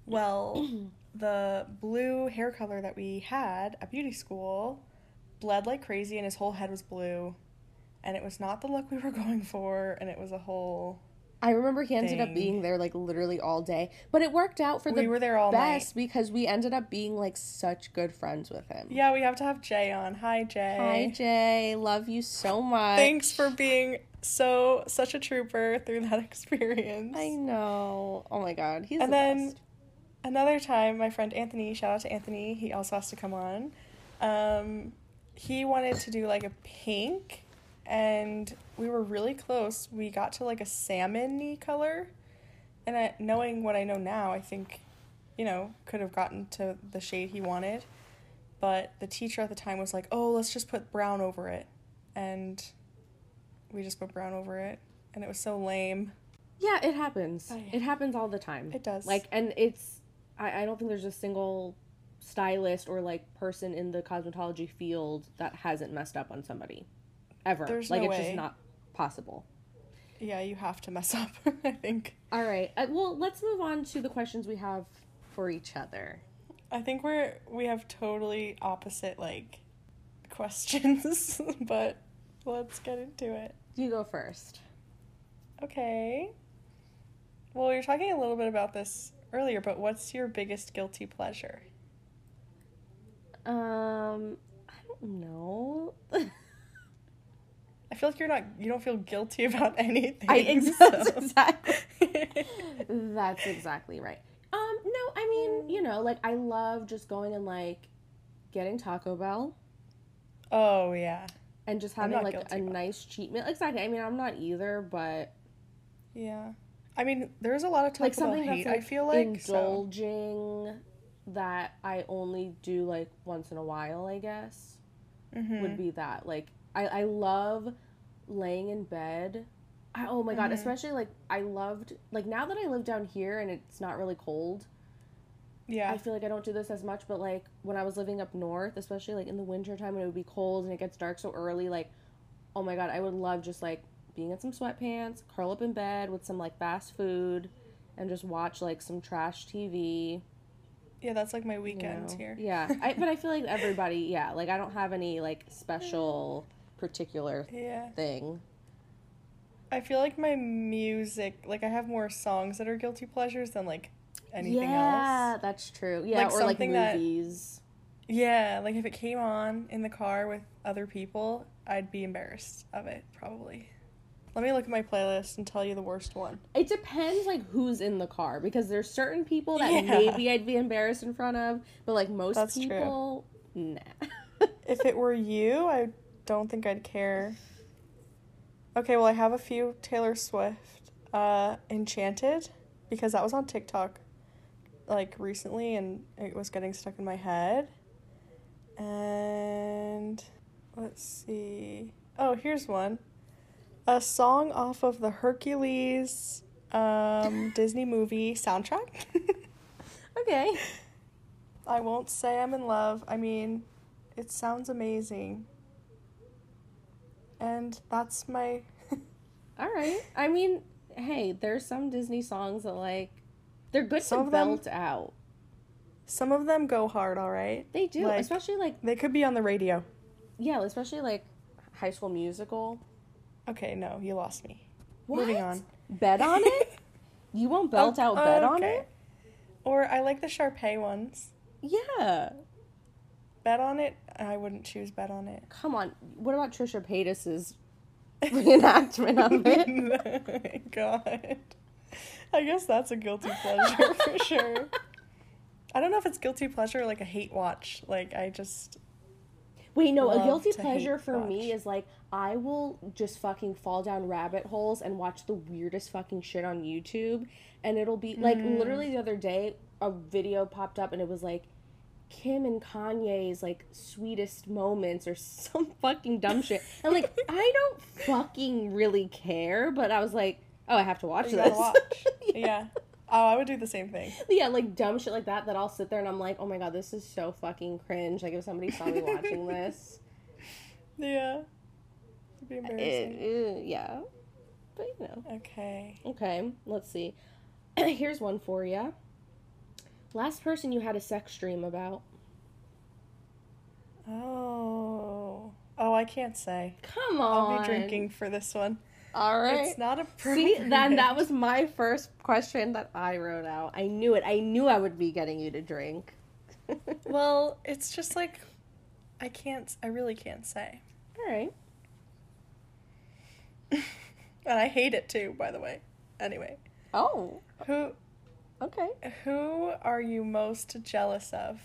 B: Well, the blue hair color that we had at beauty school bled like crazy, and his whole head was blue. And it was not the look we were going for, and it was a whole.
A: I remember he ended up
B: Dang.
A: being there like literally all day, but it worked out for the
B: We were there all
A: best because we ended up being like such good friends with him.
B: Yeah, we have to have Jay on. Hi, Jay.
A: Hi Jay, love you so much.
B: Thanks for being so such a trooper through that experience.
A: I know. Oh my god, he's
B: And
A: the
B: then-
A: best.
B: Another time, my friend Anthony, shout out to Anthony, he also has to come on. Um, he wanted to do like a pink, and we were really close. We got to like a salmon color, and I, knowing what I know now, I think, you know, could have gotten to the shade he wanted. But the teacher at the time was like, oh, let's just put brown over it. And we just put brown over it, and it was so lame.
A: Yeah, it happens.
B: Oh, yeah.
A: It happens all the time.
B: It does.
A: Like, and it's, I, I don't think there's a single stylist or like person in the cosmetology field that hasn't messed up on somebody ever.
B: There's
A: like,
B: no
A: it's
B: way.
A: just not possible.
B: Yeah, you have to mess up, I think.
A: All right. Uh, well, let's move on to the questions we have for each other.
B: I think we're we have totally opposite like questions, but let's get into it.
A: You go first.
B: Okay. Well, you're talking a little bit about this earlier, but what's your biggest guilty pleasure?
A: Um, I don't know.
B: I feel like you're not you don't feel guilty about anything.
A: I ex-
B: so-
A: that's exactly. That's exactly right. Um, no, I mean, you know, like I love just going and like getting Taco Bell.
B: oh yeah.
A: and just
B: I'm
A: having
B: not
A: like
B: guilty
A: a
B: about
A: nice cheat meal. Exactly. I mean, I'm not either, but
B: Yeah. I mean, there's a lot of Taco
A: like
B: Bell
A: something
B: hate.
A: that's like
B: I feel like so-
A: indulging that I only do like once in a while. I guess
B: Mhm.
A: would be that. Like I, I love laying in bed. I, oh my god,
B: Mhm.
A: especially like I loved like now that I live down here and it's not really cold.
B: yeah.
A: I feel like I don't do this as much, but like when I was living up north, especially like in the winter time when it would be cold and it gets dark so early, like oh my god, I would love just like being in some sweatpants, curl up in bed with some like fast food and just watch like some trash TV.
B: yeah, that's like my
A: you
B: weekend
A: know?
B: here.
A: Yeah. I, but I feel like everybody, yeah, like I don't have any like special particular
B: yeah.
A: thing.
B: I feel like my music, like I have more songs that are guilty pleasures than like anything
A: yeah,
B: else.
A: that's true. Yeah,
B: Like,
A: or like
B: something that-
A: movies.
B: Yeah, like if it came on in the car with other people, I'd be embarrassed of it probably. Let me look at my playlist and tell you the worst one.
A: It depends like who's in the car because there's certain people that
B: Yeah.
A: maybe I'd be embarrassed in front of, but like most
B: That's true.
A: people, nah.
B: If it were you, I don't think I'd care. Okay, well I have a few Taylor Swift, uh, Enchanted, because that was on TikTok, like recently, and it was getting stuck in my head. And let's see. Oh, here's one. A song off of the Hercules um, Disney movie soundtrack.
A: okay.
B: I won't say I'm in love. I mean, it sounds amazing. And that's my.
A: All right. I mean, hey, there's some Disney songs that like they're good
B: Some
A: to
B: of them-
A: belt out.
B: Some of them go hard, all right?
A: They do,
B: Like-
A: especially like
B: They could be on the radio.
A: yeah, especially like High School Musical.
B: Okay, no, you lost me. Moving
A: What?
B: on.
A: Bet on it? you won't belt out bet on
B: Oh, Okay.
A: it?
B: Or I like the Sharpay ones.
A: Yeah.
B: Bet on it. I wouldn't choose bet on it.
A: Come on. What about Trisha Paytas's reenactment of it?
B: My God. I guess that's a guilty pleasure for sure. I don't know if it's guilty pleasure or like a hate watch. Like I just
A: Wait, no, a
B: Love
A: guilty
B: to
A: pleasure
B: hate
A: for me
B: watch.
A: is like I will just fucking fall down rabbit holes and watch the weirdest fucking shit on YouTube and it'll be like
B: Mm.
A: literally the other day a video popped up and it was like Kim and Kanye's like sweetest moments or some fucking dumb shit. And like I don't fucking really care, but I was like, oh, I have to watch
B: you
A: this.
B: gotta watch. yeah. Oh, I would do the same thing.
A: yeah, like dumb shit like that that I'll sit there and I'm like, oh my god, this is so fucking cringe. Like if somebody saw me watching this,
B: Yeah. It'd be embarrassing.
A: eh, eh, yeah. But you know,
B: okay.
A: okay. Let's see. Here's one for you. Last person you had a sex dream about?
B: Oh. Oh, I can't say.
A: Come
B: I'll
A: on.
B: be drinking for this one.
A: All right.
B: It's not a
A: See, then that was my first question that I wrote out. I knew it. I knew I would be getting you to drink. All
B: Well, it's just like I can't I really can't say.
A: right.
B: And I hate it too, by the way. Anyway,
A: Oh,
B: who
A: okay.
B: who are you most jealous of?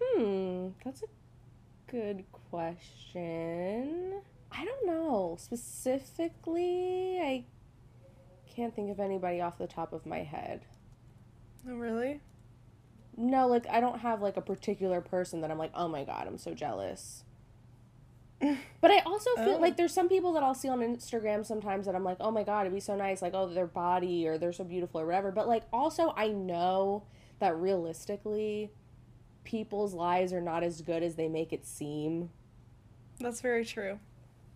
A: Hmm, that's a good question. I don't know. Specifically, I can't think of anybody off the top of my head.
B: Oh, really?
A: No, like I don't have like a particular person that I'm like, "Oh my god, I'm so jealous." But I also feel
B: Oh.
A: like there's some people that I'll see on Instagram sometimes that I'm like, "Oh my god, it'd be so nice like oh their body or they're so beautiful or whatever." But like also I know that realistically people's lives are not as good as they make it seem.
B: That's very true.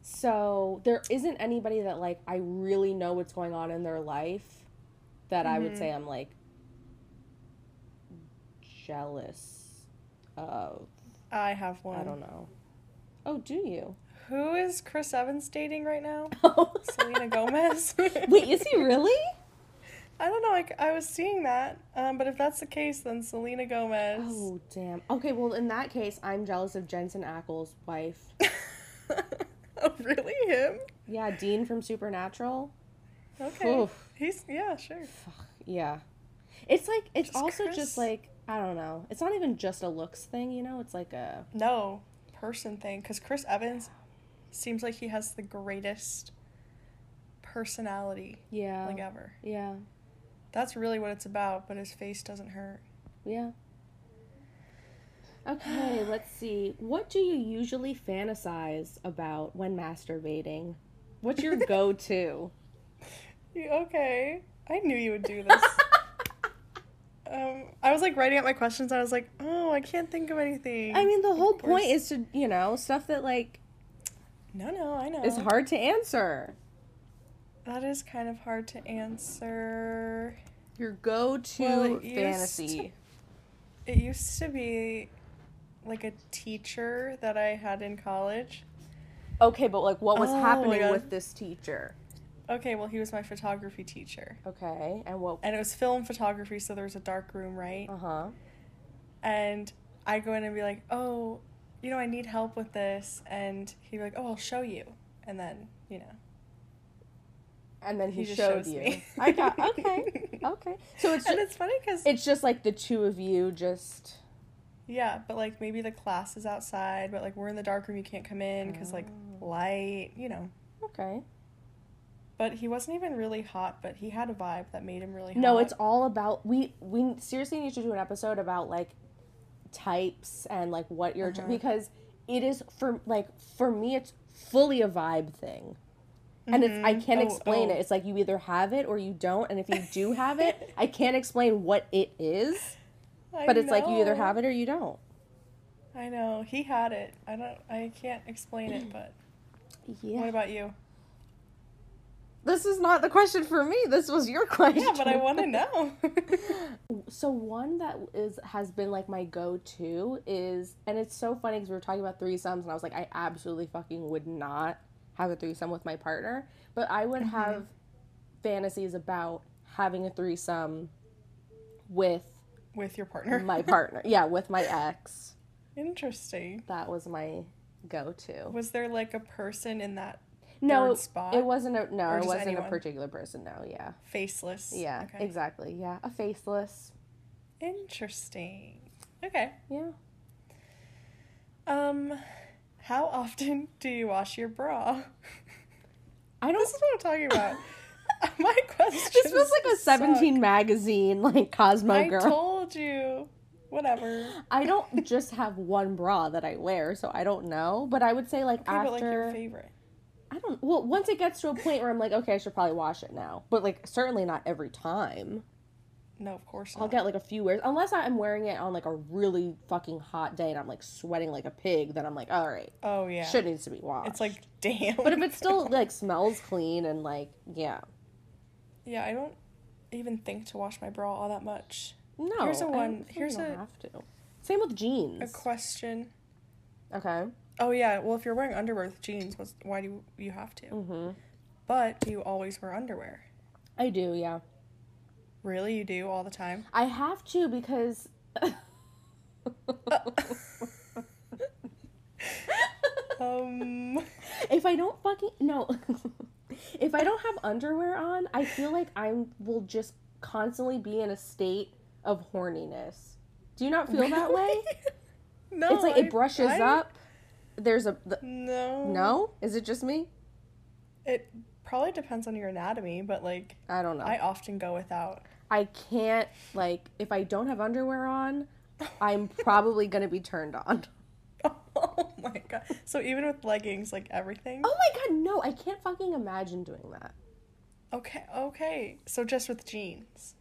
A: So there isn't anybody that like I really know what's going on in their life that I
B: Mm-hmm.
A: would say I'm like jealous of.
B: I have one.
A: I don't know. Oh, do you?
B: Who is Chris Evans dating right now?
A: Oh.
B: Selena Gomez.
A: Wait, is he really?
B: I don't know. I, I was seeing that. Um, but if that's the case, then Selena Gomez.
A: Oh, damn. Okay, well, in that case, I'm jealous of Jensen Ackles' wife.
B: oh, really? Him?
A: Yeah, Dean from Supernatural.
B: Okay.
A: Oof.
B: He's yeah, sure.
A: Yeah. It's like, it's
B: Just
A: also just
B: Chris.
A: like, I don't know. It's not even just a looks thing, you know? It's like a.
B: No person thing, because Chris Evans seems like he has the greatest personality
A: Yeah.
B: like ever.
A: yeah.
B: That's really what it's about, but his face doesn't hurt.
A: Yeah. Okay, let's see. What do you usually fantasize about when masturbating? What's your go to?
B: You- okay. I knew you would do this. um, I was like writing out my questions. I was like, oh, I can't think of anything.
A: I mean, the whole
B: course.
A: point is to, you know, stuff that, like,
B: no, no, I know.
A: is hard to answer.
B: That is kind of hard to answer.
A: Your go to
B: Well, it used
A: fantasy.
B: It used to be like a teacher that I had in college.
A: Okay, but, like, what was
B: Oh my
A: happening
B: God.
A: with this teacher?
B: Okay, well, he was my photography teacher.
A: Okay, and what.
B: And it was film photography, so there was a dark room, right?
A: Uh huh.
B: and I go in and be like, "Oh, you know, I need help with this," and he'd be like, "Oh, I'll show you," and then you know,
A: And then he,
B: just
A: showed
B: shows
A: you.
B: me.
A: I got. Okay. Okay. So it's
B: and
A: just,
B: it's funny because
A: it's just like the two of you just.
B: yeah, but like maybe the class is outside, but like we're in the dark room, you can't come in because like
A: Oh.
B: light, you know.
A: Okay.
B: But he wasn't even really hot, but he had a vibe that made him really hot.
A: No, it's all about we we seriously need to do an episode about like types and like what you're
B: Uh-huh.
A: because it is for like for me it's fully a vibe thing. And it's I can't
B: Oh,
A: explain
B: oh.
A: it. It's like you either have it or you don't and if you do have it, I can't explain what it is,
B: I
A: but it's like you either
B: know.
A: have it or you don't.
B: I know he had it. I don't. I can't explain it, but what
A: Yeah.
B: about you?
A: This is not the question for me. This was your question.
B: Yeah, but I want to know.
A: so one that is has been like my go-to is and it's so funny because we were talking about threesomes and i was like i absolutely fucking would not have a threesome with my partner, but I would
B: Mm-hmm.
A: have fantasies about having a threesome with
B: with your partner.
A: my partner. yeah, with my ex.
B: Interesting.
A: That was my go-to.
B: Was there like a person in that
A: No,
B: third
A: it,
B: spot?
A: it wasn't a no,
B: Or
A: it
B: just
A: wasn't a
B: anyone?
A: particular person. No, yeah,
B: faceless?
A: yeah,
B: Okay.
A: exactly. Yeah, a faceless.
B: Interesting. Okay.
A: Yeah.
B: Um, how often do you wash your bra?
A: I don't.
B: This is what I'm talking about. My question.
A: This was like a 17 magazine, like Cosmo
B: I
A: girl.
B: told you. Whatever.
A: I don't just have one bra that I wear, so I don't know. But I would say like
B: People like
A: after
B: your favorite.
A: I don't. Well, once it gets to a point where I'm like, okay, I should probably wash it now. But like, certainly not every time.
B: No, of course not.
A: I'll get like a few wears, unless I'm wearing it on like a really fucking hot day and I'm like sweating like a pig. Then I'm like, all right,
B: oh yeah.
A: shit needs to be washed.
B: It's like damn.
A: but if it still like smells clean and like, yeah,
B: yeah, I don't even think to wash my bra all that much.
A: no.
B: Here's a
A: I
B: one-
A: don't think
B: here's
A: you don't
B: a-
A: have to. Same with
B: A
A: jeans.
B: question.
A: okay.
B: Oh yeah. Well, if you're wearing underwear with jeans, what's, why do you have to?
A: Mm-hmm.
B: But do you always wear underwear?
A: I do. Yeah.
B: Really, you do all the time.
A: I have to because.
B: Um.
A: if I don't fucking no, if I don't have underwear on, I feel like I will just constantly be in a state of horniness. Do you not feel that way?
B: no.
A: It's like
B: I-
A: it brushes
B: I- Mm-hmm.
A: up. There's a the,
B: No.
A: no. Is it just me?
B: It probably depends on your anatomy, but like
A: I don't know.
B: I
A: I,
B: often go without.
A: can't like if I don't have underwear on, I'm probably gonna be turned on.
B: Oh my god. So even with leggings, like everything.
A: Oh my god, no! I can't fucking imagine doing that.
B: Okay, okay. So just with jeans.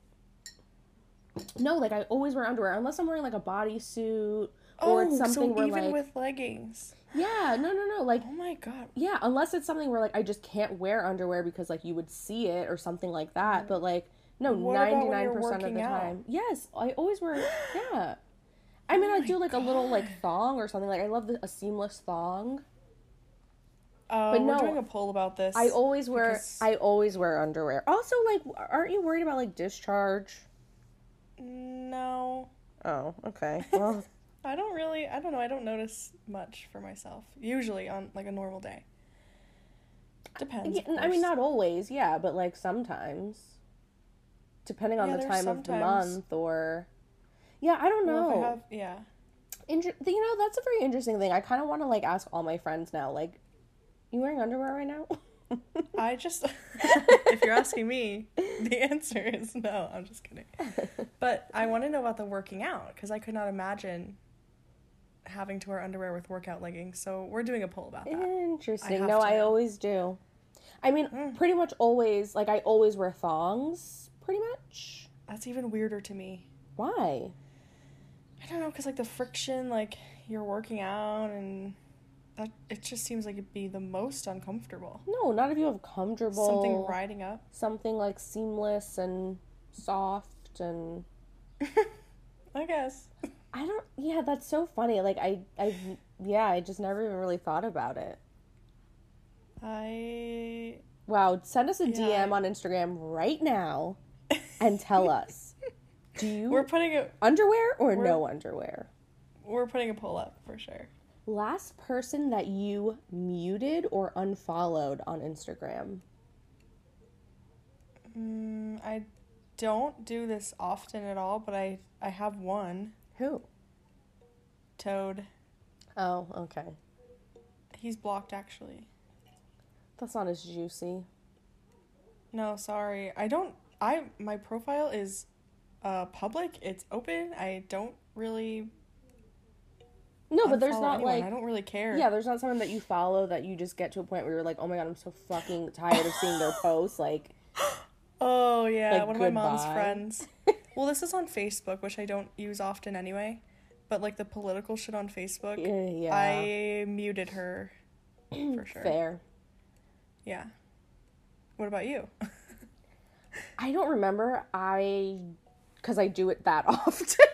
A: No, like I always wear underwear unless I'm wearing like a bodysuit
B: Oh,
A: or it's something
B: so
A: where
B: even
A: like
B: with leggings.
A: yeah, no, no, no, like
B: Oh my god.
A: yeah, unless it's something where like I just can't wear underwear because like you would see it or something like that. But like no,
B: Mm. What about
A: ninety
B: when you're
A: nine percent of
B: working
A: the
B: out? Oh
A: time, yes, I always wear yeah. I mean, I do like a little like thong or something. Like I love the, a seamless thong.
B: Uh,
A: But
B: we're
A: no,
B: doing a poll about this.
A: I always wear
B: Because-
A: I always wear underwear. Also, like, aren't you worried about like discharge?
B: no.
A: Oh, okay. Well,
B: I don't really. I don't know. I don't notice much for myself usually on like a normal day. Depends.
A: Yeah,
B: of
A: n- I mean,
B: course.
A: not always, yeah, but like sometimes, depending on
B: Yeah,
A: the
B: there's
A: time of the
B: sometimes.
A: month or. Yeah, I don't know.
B: Well, if I have, yeah.
A: Inter- th- you know, that's a very interesting thing. I kind of want to like ask all my friends now, like, you wearing underwear right now?
B: I just, if you're asking me, the answer is no. I'm just kidding. But I want to know about the working out because I could not imagine having to wear underwear with workout leggings. So we're doing a poll about that.
A: Interesting.
B: have
A: no,
B: to Hmm.
A: I
B: know.
A: always do. I mean, pretty much always, like, I always wear thongs, pretty much.
B: That's even weirder to me.
A: Why?
B: I don't know because like the friction, like you're working out and that it just seems like it'd be the most uncomfortable.
A: No, not if you have comfortable.
B: Something riding up.
A: something like seamless and soft and.
B: I guess.
A: I don't. Yeah, that's so funny. Like I, I, yeah, I just never even really thought about it.
B: I
A: Wow, send us a
B: Yeah.
A: DM on Instagram right now and tell us: Do you
B: we're putting a
A: underwear or no underwear?
B: we're putting a poll up for sure.
A: Last person that you muted or unfollowed on Instagram.
B: Mm, I don't do this often at all, but I I have one
A: Who?
B: toad.
A: Oh, okay.
B: He's blocked actually.
A: That's not as juicy.
B: No, sorry. I don't I my profile is uh public. It's open. I don't really
A: No, but there's
B: unfollow
A: not
B: anyone. I
A: like.
B: don't really care.
A: Yeah, there's not someone that you follow that you just get to a point where you're like, oh my god, I'm so fucking tired of seeing their posts. Like,
B: Oh yeah,
A: Like,
B: one of my mom's
A: goodbye.
B: friends. well, this is on Facebook, which I don't use often anyway. But like the political shit on Facebook,
A: eh, yeah,
B: I muted her for sure.
A: fair.
B: Yeah. What about you?
A: I don't remember. I because I do it that often.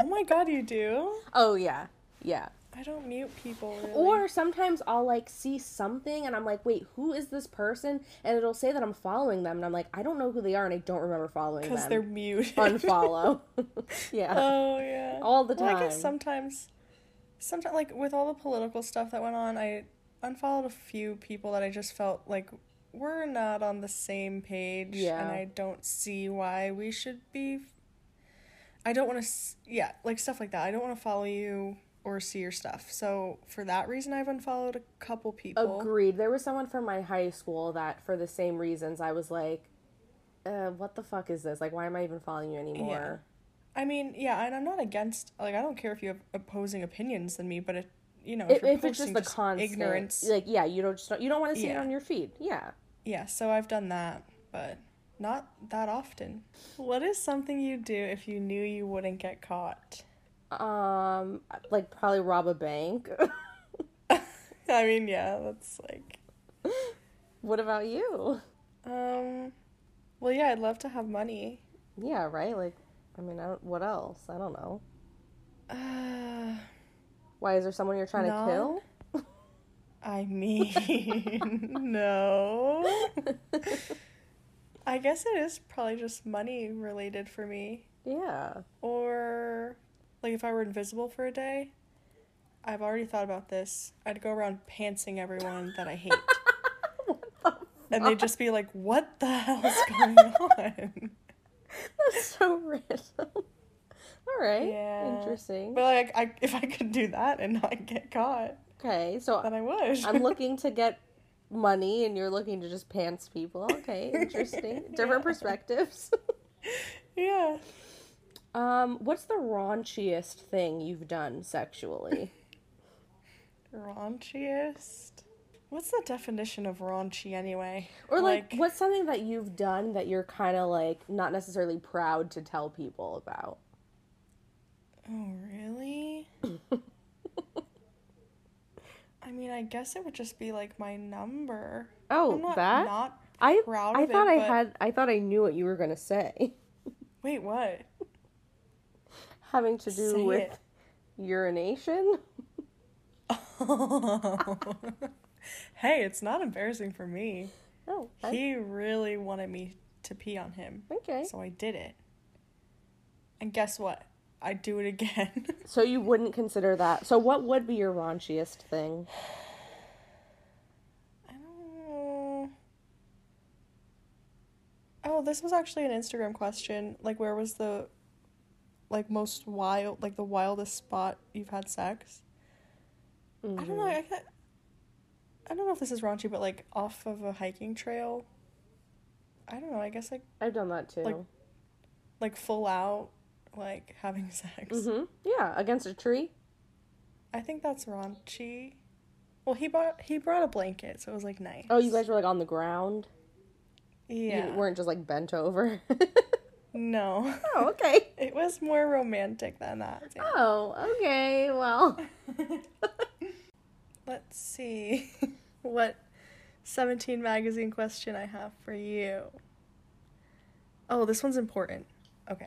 B: oh my god, you do?
A: oh yeah, yeah.
B: I don't mute people. Really.
A: Or sometimes I'll like see something and I'm like, wait, who is this person? And it'll say that I'm following them, and I'm like, I don't know who they are, and I don't remember following
B: because
A: them.
B: they're muted.
A: unfollow. yeah,
B: Oh yeah.
A: all the
B: Well,
A: time.
B: I guess sometimes, sometimes like with all the political stuff that went on, I unfollowed a few people that I just felt like we're not on the same page,
A: Yeah.
B: and I don't see why we should be. I don't want to, yeah, like stuff like that. I don't want to follow you or see your stuff. So for that reason, I've unfollowed a couple people.
A: Agreed. There was someone from my high school that, for the same reasons, I was like, uh, what the fuck is this? Like, why am I even following you anymore?
B: I mean, yeah, and I'm not against. Like, I don't care if you have opposing opinions than me, but it, you know,
A: If,
B: you're
A: if it's just
B: posting
A: the constant
B: ignorance,
A: like, yeah, you don't just you don't want to see it
B: Yeah.
A: on your feed. Yeah.
B: Yeah, so I've done that, but not that often. What is something you do if you knew you wouldn't get caught?
A: Um, like probably rob a bank.
B: I mean, yeah, that's like
A: what about you?
B: um well, yeah, I'd love to have money.
A: Yeah, right. Like, I mean, I don't, what else? I don't know.
B: Uh,
A: Why is there someone you're trying
B: Non-
A: to kill?
B: I mean, no. I guess it is probably just money related for me.
A: yeah.
B: Or, like, if I were invisible for a day, I've already thought about this. I'd go around pantsing everyone that I hate.
A: what the
B: And they'd just be like, what the hell's going on?
A: That's so random. All right.
B: Yeah.
A: Interesting.
B: But like, I, if I could do that and not get caught,
A: Okay, so
B: then I would.
A: I'm looking to get money and you're looking to just pants people. Okay, interesting. Different perspectives.
B: yeah.
A: Um, what's the raunchiest thing you've done sexually?
B: Raunchiest? What's the definition of raunchy anyway?
A: Or like, what's something that you've done that you're kind of like not necessarily proud to tell people about?
B: Oh, really? I mean, I guess it would just be like my number.
A: Oh,
B: I'm not,
A: that?
B: not
A: I
B: proud
A: I
B: of it,
A: thought I
B: but-
A: had I thought I knew what you were going to say.
B: Wait, what?
A: Having to do
B: Say
A: with
B: it.
A: urination?
B: hey, it's not embarrassing for me.
A: Oh, I-
B: He really wanted me to pee on him.
A: okay.
B: So I did it. And guess what? I do it again.
A: So you wouldn't consider that. So what would be your raunchiest thing?
B: I don't know. Oh, this was actually an Instagram question. Like where was the like most wild like the wildest spot you've had sex? I
A: Mm-hmm.
B: don't know. I can't, I don't know if this is raunchy, but like off of a hiking trail. I don't know. I guess like
A: I've done that too.
B: Like, like full out like having sex.
A: hmm Yeah, against a tree.
B: I think that's raunchy. Well, he bought he brought a blanket, so it was like nice.
A: Oh, you guys were like on the ground.
B: Yeah.
A: You weren't just like bent over.
B: no,
A: oh, okay.
B: it was more romantic than that. yeah.
A: Oh, okay. Well,
B: Let's see what seventeen magazine question I have for you. Oh, this one's important. Okay.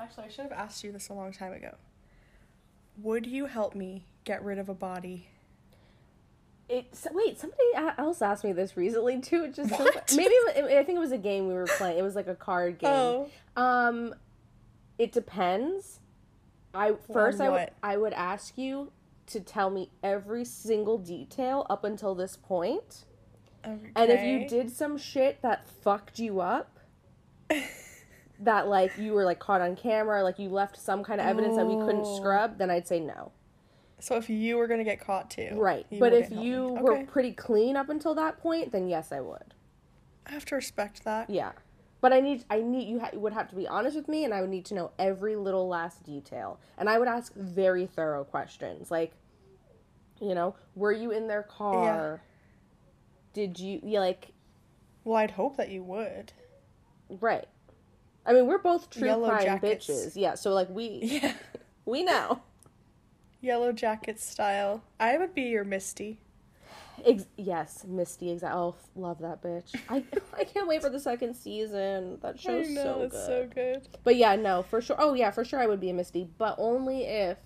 B: Actually, I should have asked you this a long time ago. Would you help me get rid of a body?
A: it's wait. Somebody a- else asked me this recently too. It's just so-
B: What?
A: maybe it, wa- I think it was a game we were playing. It was like a card game.
B: Oh,
A: Um, it depends. I first I would
B: what?
A: I would ask you to tell me every single detail up until this point.
B: okay.
A: And if you did some shit that fucked you up, that like you were like caught on camera, like you left some kind of evidence that we couldn't
B: Oh.
A: scrub, then I'd say no.
B: So if you were gonna get caught too,
A: Right.
B: you
A: but if
B: wouldn't help
A: you
B: me.
A: were
B: Okay.
A: pretty clean up until that point, then yes, I would.
B: I have to respect that.
A: Yeah. But I need I need you ha- would have to be honest with me and I would need to know every little last detail. And I would ask very thorough questions like you know, were you in their car? Did you yeah, like
B: Well, I'd hope that you would.
A: right. I mean, we're both true
B: Yellow
A: crime
B: jackets.
A: bitches. Yeah, so like we
B: Yeah.
A: We know.
B: Yellow jacket style. I would be your Misty.
A: Ex- yes, Misty. Exa- oh, f- love that bitch. I I can't wait for the second season. That
B: I
A: show's so good.
B: it's so good.
A: But yeah, no, for sure. Oh yeah, for sure. I would be a Misty, but only if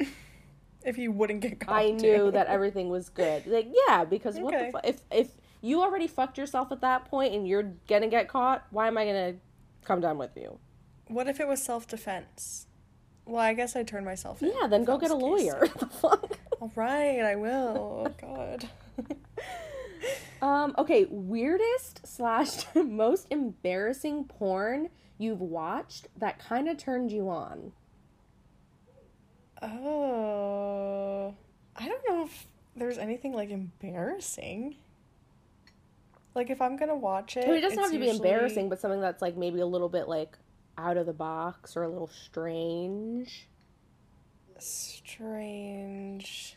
B: if you wouldn't get caught.
A: I knew
B: too.
A: that everything was good. Like, yeah, because what the
B: Okay.
A: fu- if if you already fucked yourself at that point and you're gonna get caught, why am I gonna come down with you?
B: What if it was self defense? Well, I guess I turned myself in.
A: Yeah, then
B: if
A: go
B: that
A: get a
B: was the case.
A: lawyer. The fuck?
B: All right, I will. Oh, God.
A: um, okay, weirdest slash most embarrassing porn you've watched that kind of turned you on.
B: Oh, I don't know if there's anything like embarrassing. Like if I'm gonna watch it,
A: I mean, it doesn't have
B: it's
A: to be
B: usually-
A: embarrassing, but something that's like maybe a little bit like out of the box or a little strange.
B: Strange.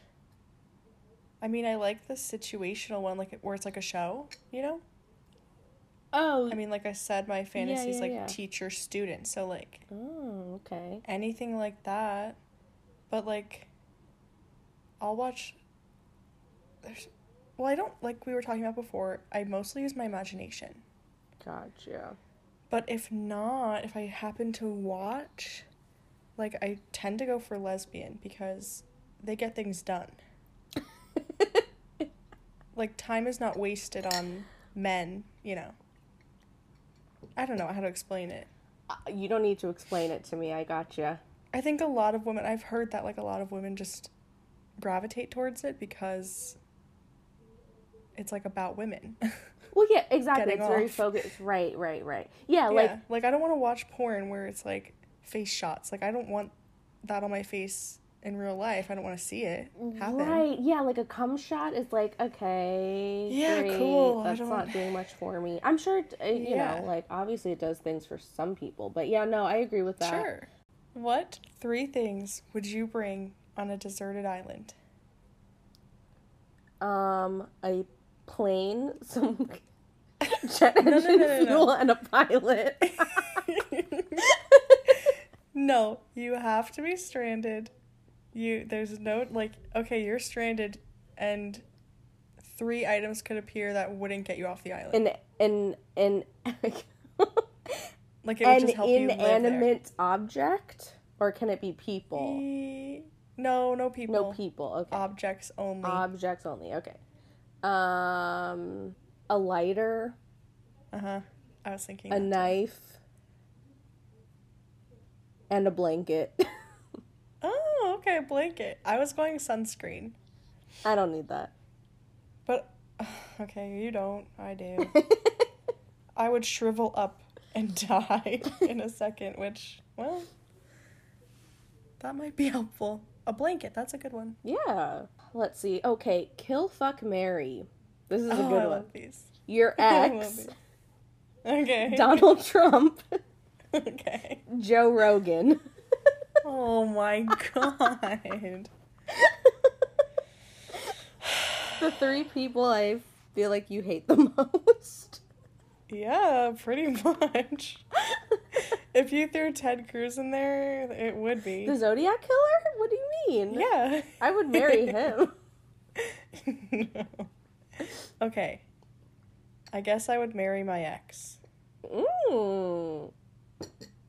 B: I mean, I like the situational one, like where it's like a show, you know?
A: Oh,
B: I mean, like I said, my fantasy is
A: yeah,
B: like
A: yeah.
B: teacher student, so like
A: oh, okay.
B: anything like that. But like, I'll watch. There's, well, I don't like we were talking about before. I mostly use my imagination.
A: Gotcha.
B: But if not, if I happen to watch, like I tend to go for lesbian because they get things done. Like time is not wasted on men, you know. I don't know how to explain it.
A: Uh, you don't need to explain it to me. I gotcha.
B: I think a lot of women I've heard that like a lot of women just gravitate towards it because it's like about women.
A: Well, yeah, exactly.
B: Getting
A: it's very
B: off.
A: focused. Right, right, right. Yeah,
B: yeah.
A: like
B: like I don't want to watch porn where it's like face shots. Like I don't want that on my face in real life. I don't want to see it happen.
A: right. Yeah, like a cum shot is like okay.
B: Yeah,
A: great,
B: cool, I
A: That's
B: don't-
A: not doing much for me. I'm sure it, uh, you
B: Yeah.
A: know, like obviously it does things for some people, but yeah, no, I agree with that.
B: Sure. What three things would you bring on a deserted island?
A: Um, a plane, some jet engine
B: no, no, no, no.
A: fuel, and a pilot.
B: No, you have to be stranded. You there's no like okay, you're stranded and three items could appear that wouldn't get you off the island.
A: an an an
B: like it would
A: an
B: just help you live there.
A: inanimate object, or can it be people?
B: E- No, no people.
A: No people. Uh, Okay.
B: Objects only.
A: Objects only. Okay. Um, a lighter,
B: uh huh. I was thinking.
A: a knife, and a blanket.
B: oh, okay, blanket. I was going sunscreen,
A: I don't need that.
B: but okay, you don't. I do. I would shrivel up and die in a second, which, well, that might be helpful. A blanket, that's a good one.
A: yeah. Let's see. Okay. Kill, fuck, Mary. This is a
B: oh, I
A: good
B: love
A: one.
B: these.
A: Your
B: I love
A: ex,
B: these. Okay.
A: Donald Trump,
B: Okay.
A: Joe Rogan.
B: Oh my god.
A: the three people I feel like you hate the most.
B: Yeah, pretty much. If you threw Ted Cruz in there, it would be.
A: the Zodiac killer? What do you mean?
B: Yeah.
A: I would marry him.
B: no. Okay. I guess I would marry my ex.
A: Mm.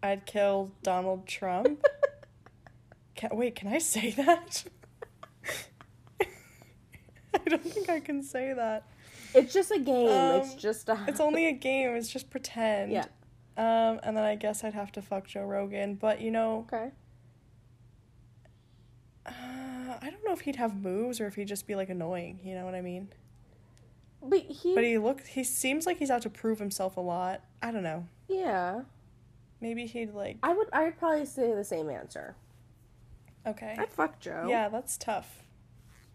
B: I'd kill Donald Trump. Can, wait, can I say that? I don't think I can say that.
A: It's just a game. it's
B: Um,
A: just a.
B: It's only a game. It's just pretend.
A: Yeah.
B: Um, and then I guess I'd have to fuck Joe Rogan, but you know,
A: Okay.
B: uh, I don't know if he'd have moves or if he'd just be like annoying. You know what I mean?
A: But he.
B: But he looked. He seems like he's out to prove himself a lot. I don't know.
A: yeah.
B: Maybe he'd like.
A: I would. I would probably say the same answer.
B: Okay.
A: I'd fuck Joe.
B: Yeah, that's tough.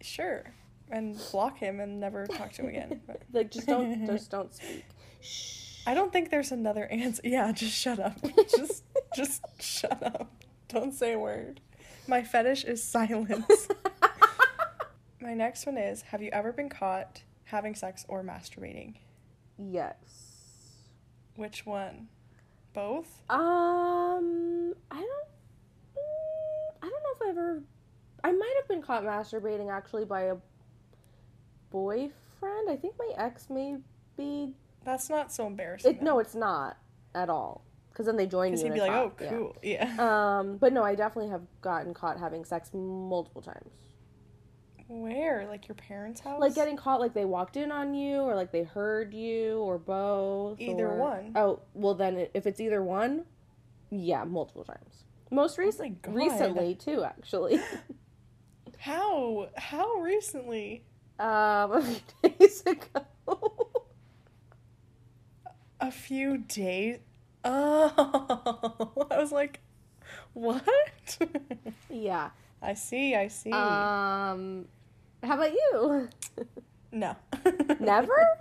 B: Sure. And block him and never talk to him again. But
A: Like just don't. just don't speak. Shh.
B: I don't think there's another answer. Yeah, just shut up. Just just shut up. Don't say a word. My fetish is silence. My next one is have you ever been caught having sex or masturbating?
A: yes.
B: Which one? Both?
A: Um, I don't. mm, I don't know if I ever. I might have been caught masturbating actually by a boyfriend. I think my ex maybe.
B: That's not so embarrassing.
A: It, no, it's not at all. Because then they join
B: because
A: you.
B: he'd
A: and
B: be
A: it's
B: like, "Oh,
A: hot, yeah.
B: cool." Yeah.
A: Um, but no, I definitely have gotten caught having sex multiple times.
B: Where? Like your parents' house?
A: Like getting caught, like they walked in on you, or like they heard you, or both.
B: Either
A: or-
B: one.
A: Oh well, then i- if it's either one, yeah, multiple times. Most recently,
B: Oh God.
A: recently too, actually.
B: How? How recently?
A: um, a few days ago.
B: A few days. Oh, I was like, what?
A: yeah.
B: I see. I see.
A: Um, how about you?
B: no.
A: Never.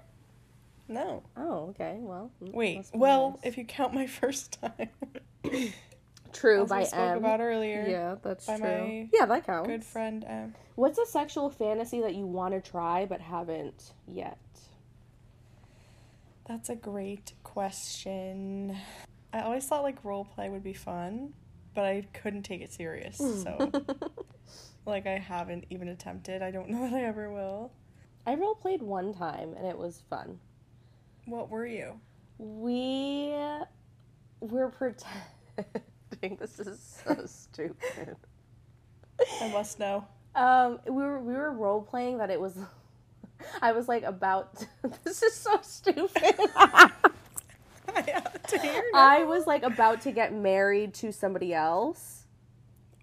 B: No.
A: Oh, okay. Well. mm,
B: Wait.
A: must be
B: Well,
A: nice.
B: if you count my first time,
A: true
B: as
A: by
B: we spoke
A: M.
B: about earlier,
A: yeah, that's
B: by
A: true.
B: my
A: yeah, that counts.
B: good friend M.
A: What's a sexual fantasy that you want to try but haven't yet?
B: That's a great question. I always thought like role play would be fun, but I couldn't take it serious,
A: Hmm.
B: so like I haven't even attempted. I don't know that I ever will.
A: I role played one time and it was fun.
B: What were you?
A: We were pretending. this is so stupid.
B: I must know.
A: Um, we were we were role playing that it was. I was like about. this is so stupid.
B: I have to hear now.
A: I was like about to get married to somebody else,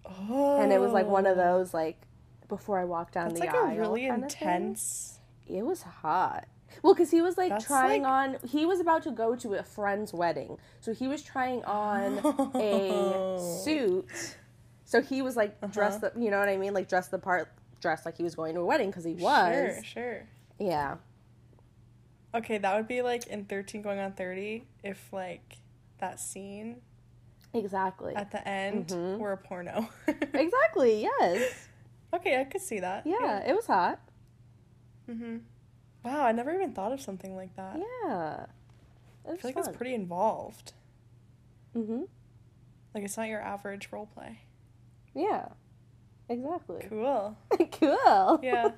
B: oh.
A: and it was like one of those like before I walked down
B: That's
A: the
B: like
A: aisle.
B: a really
A: kind of thing.
B: intense.
A: It was hot. Well, because he was like
B: That's,
A: trying on, he was about to go to a friend's wedding. So he was trying on a
B: Oh.
A: suit. So he was
B: Uh-huh.
A: like dressed up, you know what I mean? Like dressed the part, dressed like he was going to a wedding because he was.
B: Sure, sure.
A: Yeah.
B: Okay, that would be like in 13 going on 30 if like that scene
A: Exactly.
B: at the end
A: Mm-hmm.
B: were a porno.
A: exactly. Yes.
B: okay, I could see that.
A: Yeah, It was hot.
B: hmm Wow, I never even thought of something like that.
A: Yeah. It
B: I
A: was
B: feel like
A: fun.
B: that's pretty involved.
A: hmm
B: Like it's not your average role play.
A: Yeah. Exactly.
B: Cool.
A: cool.
B: Yeah.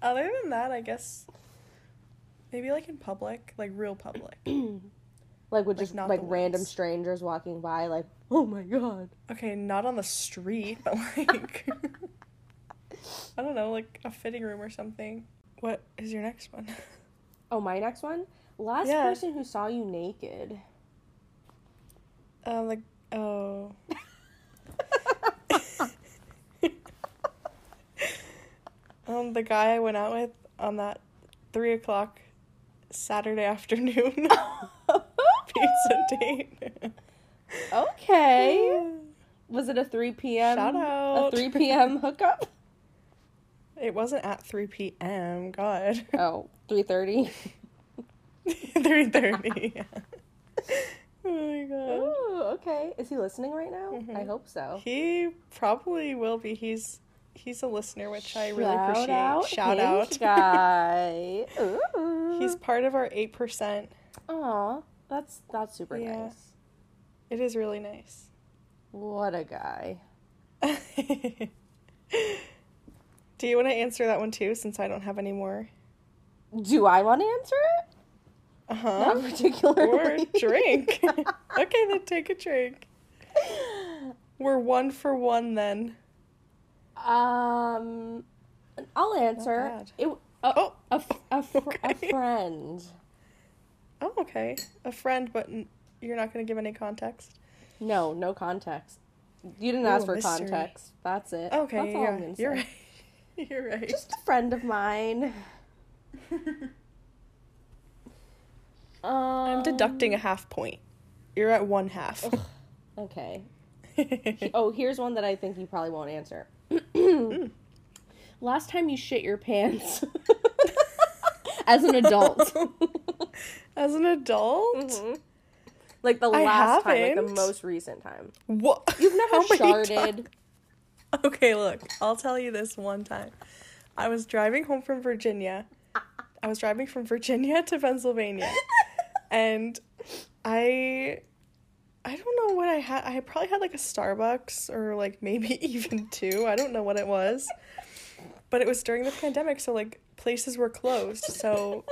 B: Other than that, I guess maybe like in public, like real public.
A: like with
B: Like,
A: just
B: not
A: like
B: the
A: random
B: woods.
A: strangers walking by, like, oh my god.
B: Okay, not on the street, but like I don't know, like a fitting room or something. What is your next one?
A: Oh, my next one? Last
B: Yeah.
A: person who saw you naked.
B: Um, like oh. Um, the guy I went out with on that three o'clock Saturday afternoon pizza date.
A: okay. Was it a 3 p.m.?
B: Mm. Shout
A: A
B: out.
A: 3 p.m. hookup?
B: It wasn't at three p.m. God.
A: Oh, 3.30.
B: three thirty. Yeah. Oh
A: Ooh, okay. Is he listening right now? I
B: Mhm.
A: hope
B: my god.
A: so.
B: He probably will be. He's he's a listener, which I really
A: Shout
B: appreciate.
A: Out
B: Shout
A: Hinge
B: out.
A: guy. Ooh.
B: He's part of our eight percent.
A: Aw, that's, that's super
B: Yeah.
A: nice.
B: It is really nice.
A: What a guy.
B: Do you want to answer that one too, since I don't have any more?
A: Do I want to answer it?
B: Uh
A: Not
B: huh. Or
A: particularly.
B: drink. okay, then take a drink. We're one for one then.
A: Um, I'll answer.
B: bad.
A: It, a,
B: Oh.
A: a, f- a, fr- a
B: Okay.
A: friend.
B: Oh, okay. A friend, but n- you're not going to give any context.
A: No, no context. You didn't ask
B: Ooh,
A: for
B: mystery.
A: context. That's it.
B: Okay,
A: That's all
B: yeah,
A: I'm gonna
B: you're
A: say.
B: right. You're right.
A: Just a friend of mine. Um,
B: I'm deducting a half point. You're at one half.
A: Um, Okay.
B: okay.
A: Oh, here's one that I think you probably won't answer.
B: Mm.
A: Last time you shit your pants as an adult.
B: As an adult,
A: Like the
B: I
A: last time, like the
B: haven't.
A: most recent time.
B: what?
A: You've never
B: many
A: sharded.
B: times- Okay, look, I'll tell you this one time. I was driving home from Virginia. I was driving from Virginia to Pennsylvania. And I I don't know what I had. I probably had like a Starbucks or like maybe even two. I don't know what it was. But it was during the pandemic, so like places were closed. So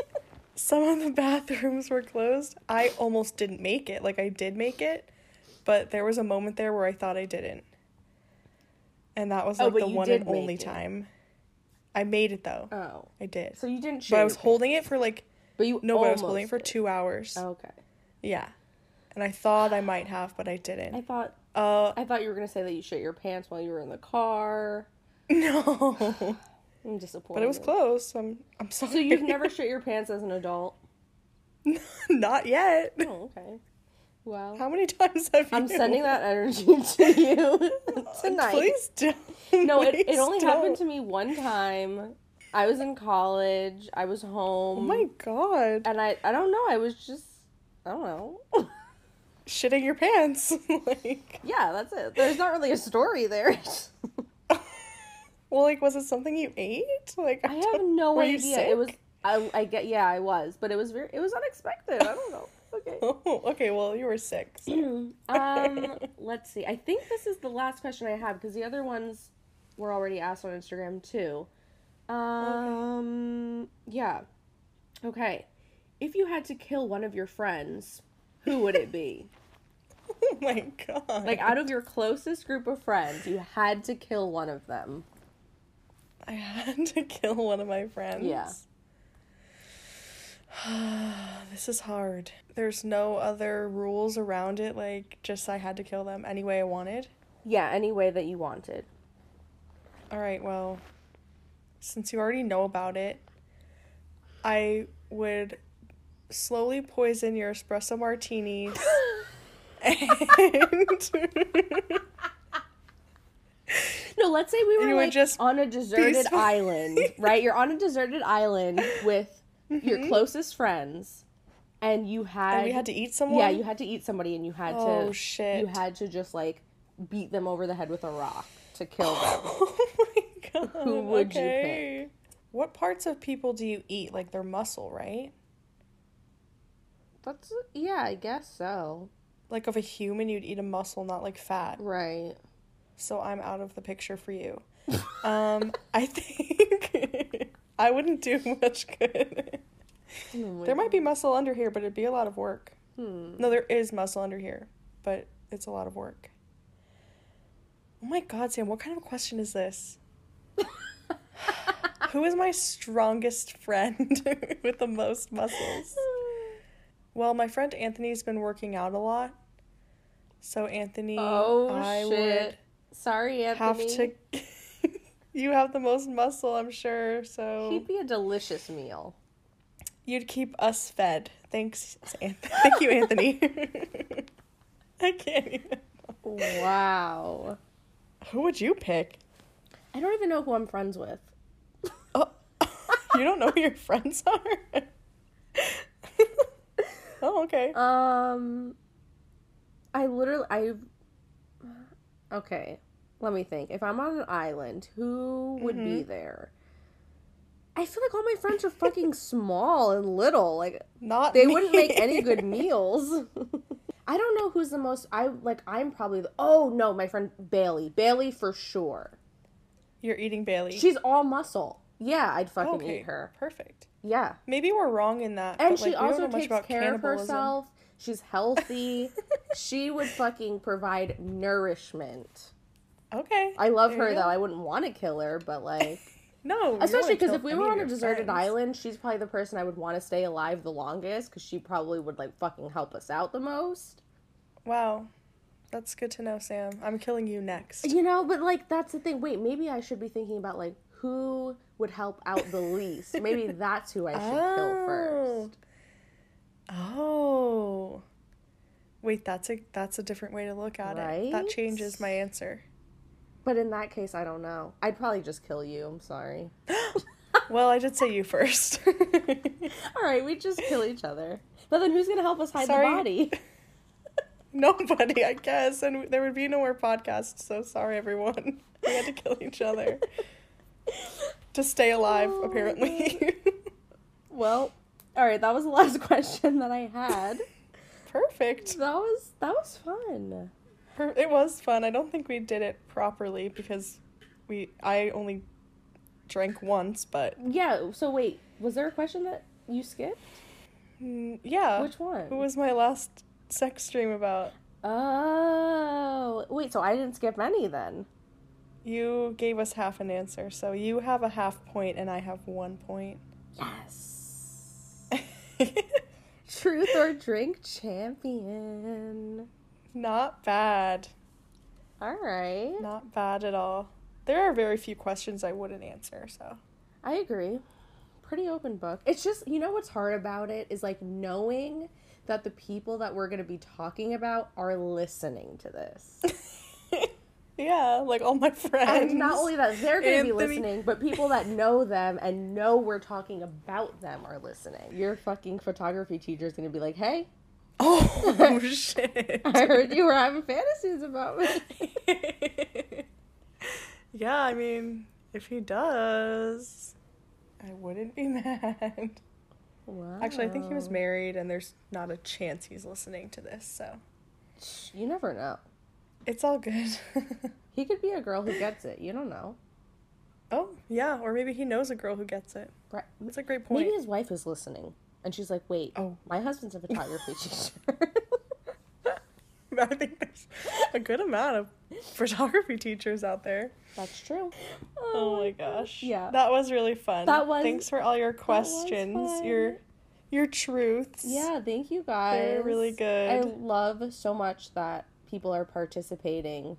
B: some of the bathrooms were closed. I almost didn't make it. Like I did make it, but there was a moment there where I thought I didn't. And that was
A: Oh,
B: like
A: but
B: the
A: you
B: one
A: did
B: and
A: make
B: only
A: it.
B: time. I made it though.
A: Oh.
B: I did.
A: So you didn't
B: But I was
A: sugarcoat.
B: holding it for like
A: But you
B: no, but I was holding
A: almost
B: it for
A: did. Oh.
B: two hours.
A: Okay.
B: Yeah, and I thought I might have, but I
A: I
B: didn't.
A: thought
B: Uh,
A: I thought you were gonna say that you shit your pants while you were in the car.
B: no,
A: I'm disappointed.
B: but it was close. I'm I'm sorry.
A: So you've never shit your pants as an adult?
B: not yet.
A: Oh, okay. Well,
B: How many times have you?
A: I'm sending that energy to you tonight.
B: Please don't.
A: No, it, it
B: Please
A: only happened
B: don't.
A: to me one time. I was in college. I was home.
B: Oh my god!
A: and I, I don't know. I was just, I don't know.
B: Shitting your pants. like,
A: yeah, that's it. There's not really a story there.
B: well, like, was it something you ate? Like,
A: I have no
B: Were you
A: idea. It was.
B: sick?
A: I, I get. Yeah, I was, but it was very. It was unexpected. I don't know. Okay.
B: Oh, okay. Well, you were six.
A: um. Let's see. I think this is the last question I have because the other ones were already asked on Instagram too. Um. Yeah. Okay. If you had to kill one of your friends, who would it be?
B: Oh my god!
A: like out of your closest group of friends, you had to kill one of them.
B: I had to kill one of my friends.
A: Yeah.
B: this is hard. There's no other rules around it. Like, just I had to kill them any way I wanted.
A: Yeah. Any way that you wanted.
B: All right, well, since you already know about it, I would slowly poison your espresso martinis and
A: No, let's say we were
B: you would
A: like
B: just
A: on a deserted
B: peacefully-
A: island, right? You're on a deserted island with your closest friends, and you had,
B: Mm-hmm. and we had to eat someone.
A: yeah, you had to eat somebody, and you had
B: Oh
A: to
B: shit!
A: you had to just like beat them over the head with a rock to kill them.
B: oh my god!
A: Who would you
B: okay. What parts of people do you eat? Like their muscle, right?
A: That's yeah, I guess so.
B: Like of a human, you'd eat a muscle, not like fat.
A: Right.
B: So I'm out of the picture for you. um, I think I wouldn't do much good. There might be muscle under here, but it'd be a lot of work.
A: Hmm.
B: No, there is muscle under here, but it's a lot of work. Oh my god, Sam, what kind of question is this? Who is my strongest friend with the most muscles? Well, my friend Anthony's been working out a lot. So Anthony,
A: Oh
B: I
A: shit!
B: would
A: Sorry,
B: have
A: Anthony.
B: to You have the most muscle, I'm sure. So
A: He'd be a delicious meal.
B: You'd keep us fed. Thanks, Anthony. Thank you, Anthony. I can't even.
A: Wow.
B: Who would you pick?
A: I don't even know who I'm friends with.
B: Oh, you don't know who your friends are? oh, okay.
A: Um, I literally, I. Okay, let me think. If I'm on an island, who would be there? I feel like all my friends are fucking small and little. Like
B: Not
A: they
B: me.
A: wouldn't make any good meals. I don't know who's the most. I like. I'm probably. The, oh no, my friend Bailey. Bailey for sure.
B: You're eating Bailey.
A: She's all muscle. Yeah, I'd fucking
B: Okay,
A: eat her.
B: Perfect.
A: Yeah.
B: Maybe we're wrong in that.
A: And
B: but,
A: she
B: like, we
A: also
B: don't know much
A: takes
B: about
A: care of
B: cannibalism.
A: herself. She's healthy. she would fucking provide nourishment.
B: Okay.
A: I love
B: There
A: her
B: you
A: though.
B: go.
A: I wouldn't want to kill her, but like,
B: No. you
A: especially
B: don't
A: because
B: kill
A: if we
B: any
A: were
B: of
A: on a
B: your
A: deserted
B: friends.
A: island, she's probably the person I would want to stay alive the longest because she probably would like fucking help us out the most.
B: Wow. That's good to know, Sam. I'm killing you next.
A: You know, but like that's the thing. Wait, maybe I should be thinking about like who would help out the least. Maybe that's who I should kill first.
B: Oh. Wait, that's a that's a different way to look at it. That
A: Right?
B: changes my answer.
A: But in that case, I don't know. I'd probably just kill you. I'm sorry.
B: Well, I did say you first.
A: All right, we just kill each other. But then who's gonna help us hide
B: Sorry.
A: the body?
B: Nobody, I guess, and there would be no more podcasts. So sorry, everyone. We had to kill each other to stay alive,
A: Oh,
B: apparently.
A: Well, all right, that was the last question that I had.
B: Perfect.
A: That was that was fun.
B: Per- It was fun. I don't think we did it properly because we I only drank once, but
A: Yeah. So wait, was there a question that you skipped?
B: mm, yeah.
A: Which one?
B: What was my last sex dream about?
A: Oh, wait. So I didn't skip any then.
B: You gave us half an answer, so you have a half point and I have one point.
A: Yes. Truth or drink champion.
B: Not bad.
A: All right.
B: Not bad at all. There are very few questions I wouldn't answer, so.
A: I agree. Pretty open book. It's just, you know what's hard about it is like knowing that the people that we're going to be talking about are listening to this.
B: Yeah, like all my friends.
A: And not only that, they're going to be
B: Anthony-
A: listening, but people that know them and know we're talking about them are listening. Your fucking photography teacher is going to be like, hey,
B: Oh shit.
A: I heard you were having fantasies about me.
B: yeah, I mean, if he does, I wouldn't be mad.
A: Wow.
B: Actually, I think he
A: Oh.
B: was married, and there's not a chance he's listening to this, so
A: You never know.
B: it's all good.
A: He could be a girl who gets it. You don't know.
B: oh, yeah, or maybe he knows a girl who gets it.
A: Right.
B: That's a great point.
A: Maybe his wife is listening, and she's like, wait,
B: Oh.
A: my husband's a photography teacher.
B: I think there's a good amount of photography teachers out there.
A: That's true.
B: Oh my gosh.
A: Yeah.
B: That was really fun.
A: That was-
B: Thanks for all your
A: was
B: questions,
A: fun.
B: your your truths.
A: Yeah, thank you guys.
B: They're really
A: I
B: good.
A: love so much that people are participating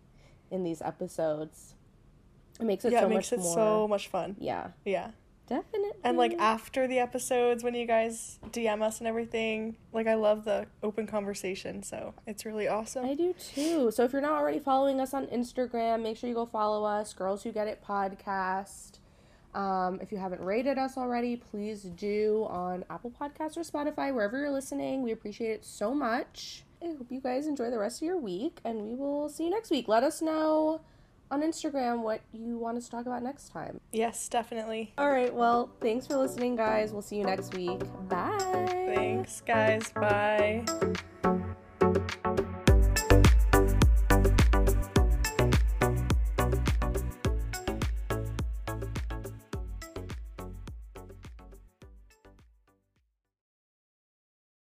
A: in these episodes. It makes it
B: yeah,
A: so
B: it makes
A: much
B: it
A: more.
B: so much fun.
A: Yeah,
B: Yeah.
A: definitely.
B: And like after the episodes when you guys DM us and everything, like I love the open conversation, so it's really awesome.
A: I do too. So if you're not already following us on Instagram, make sure you go follow us, Girls Who Get It Podcast. Um, if you haven't rated us already, please do on Apple Podcasts or Spotify, wherever you're listening. We appreciate it so much. I hope you guys enjoy the rest of your week, and we will see you next week. Let us know on Instagram what you want us to talk about next time.
B: yes, definitely.
A: All right, well, thanks for listening, guys. We'll see you next week. Bye.
B: Thanks guys. Bye.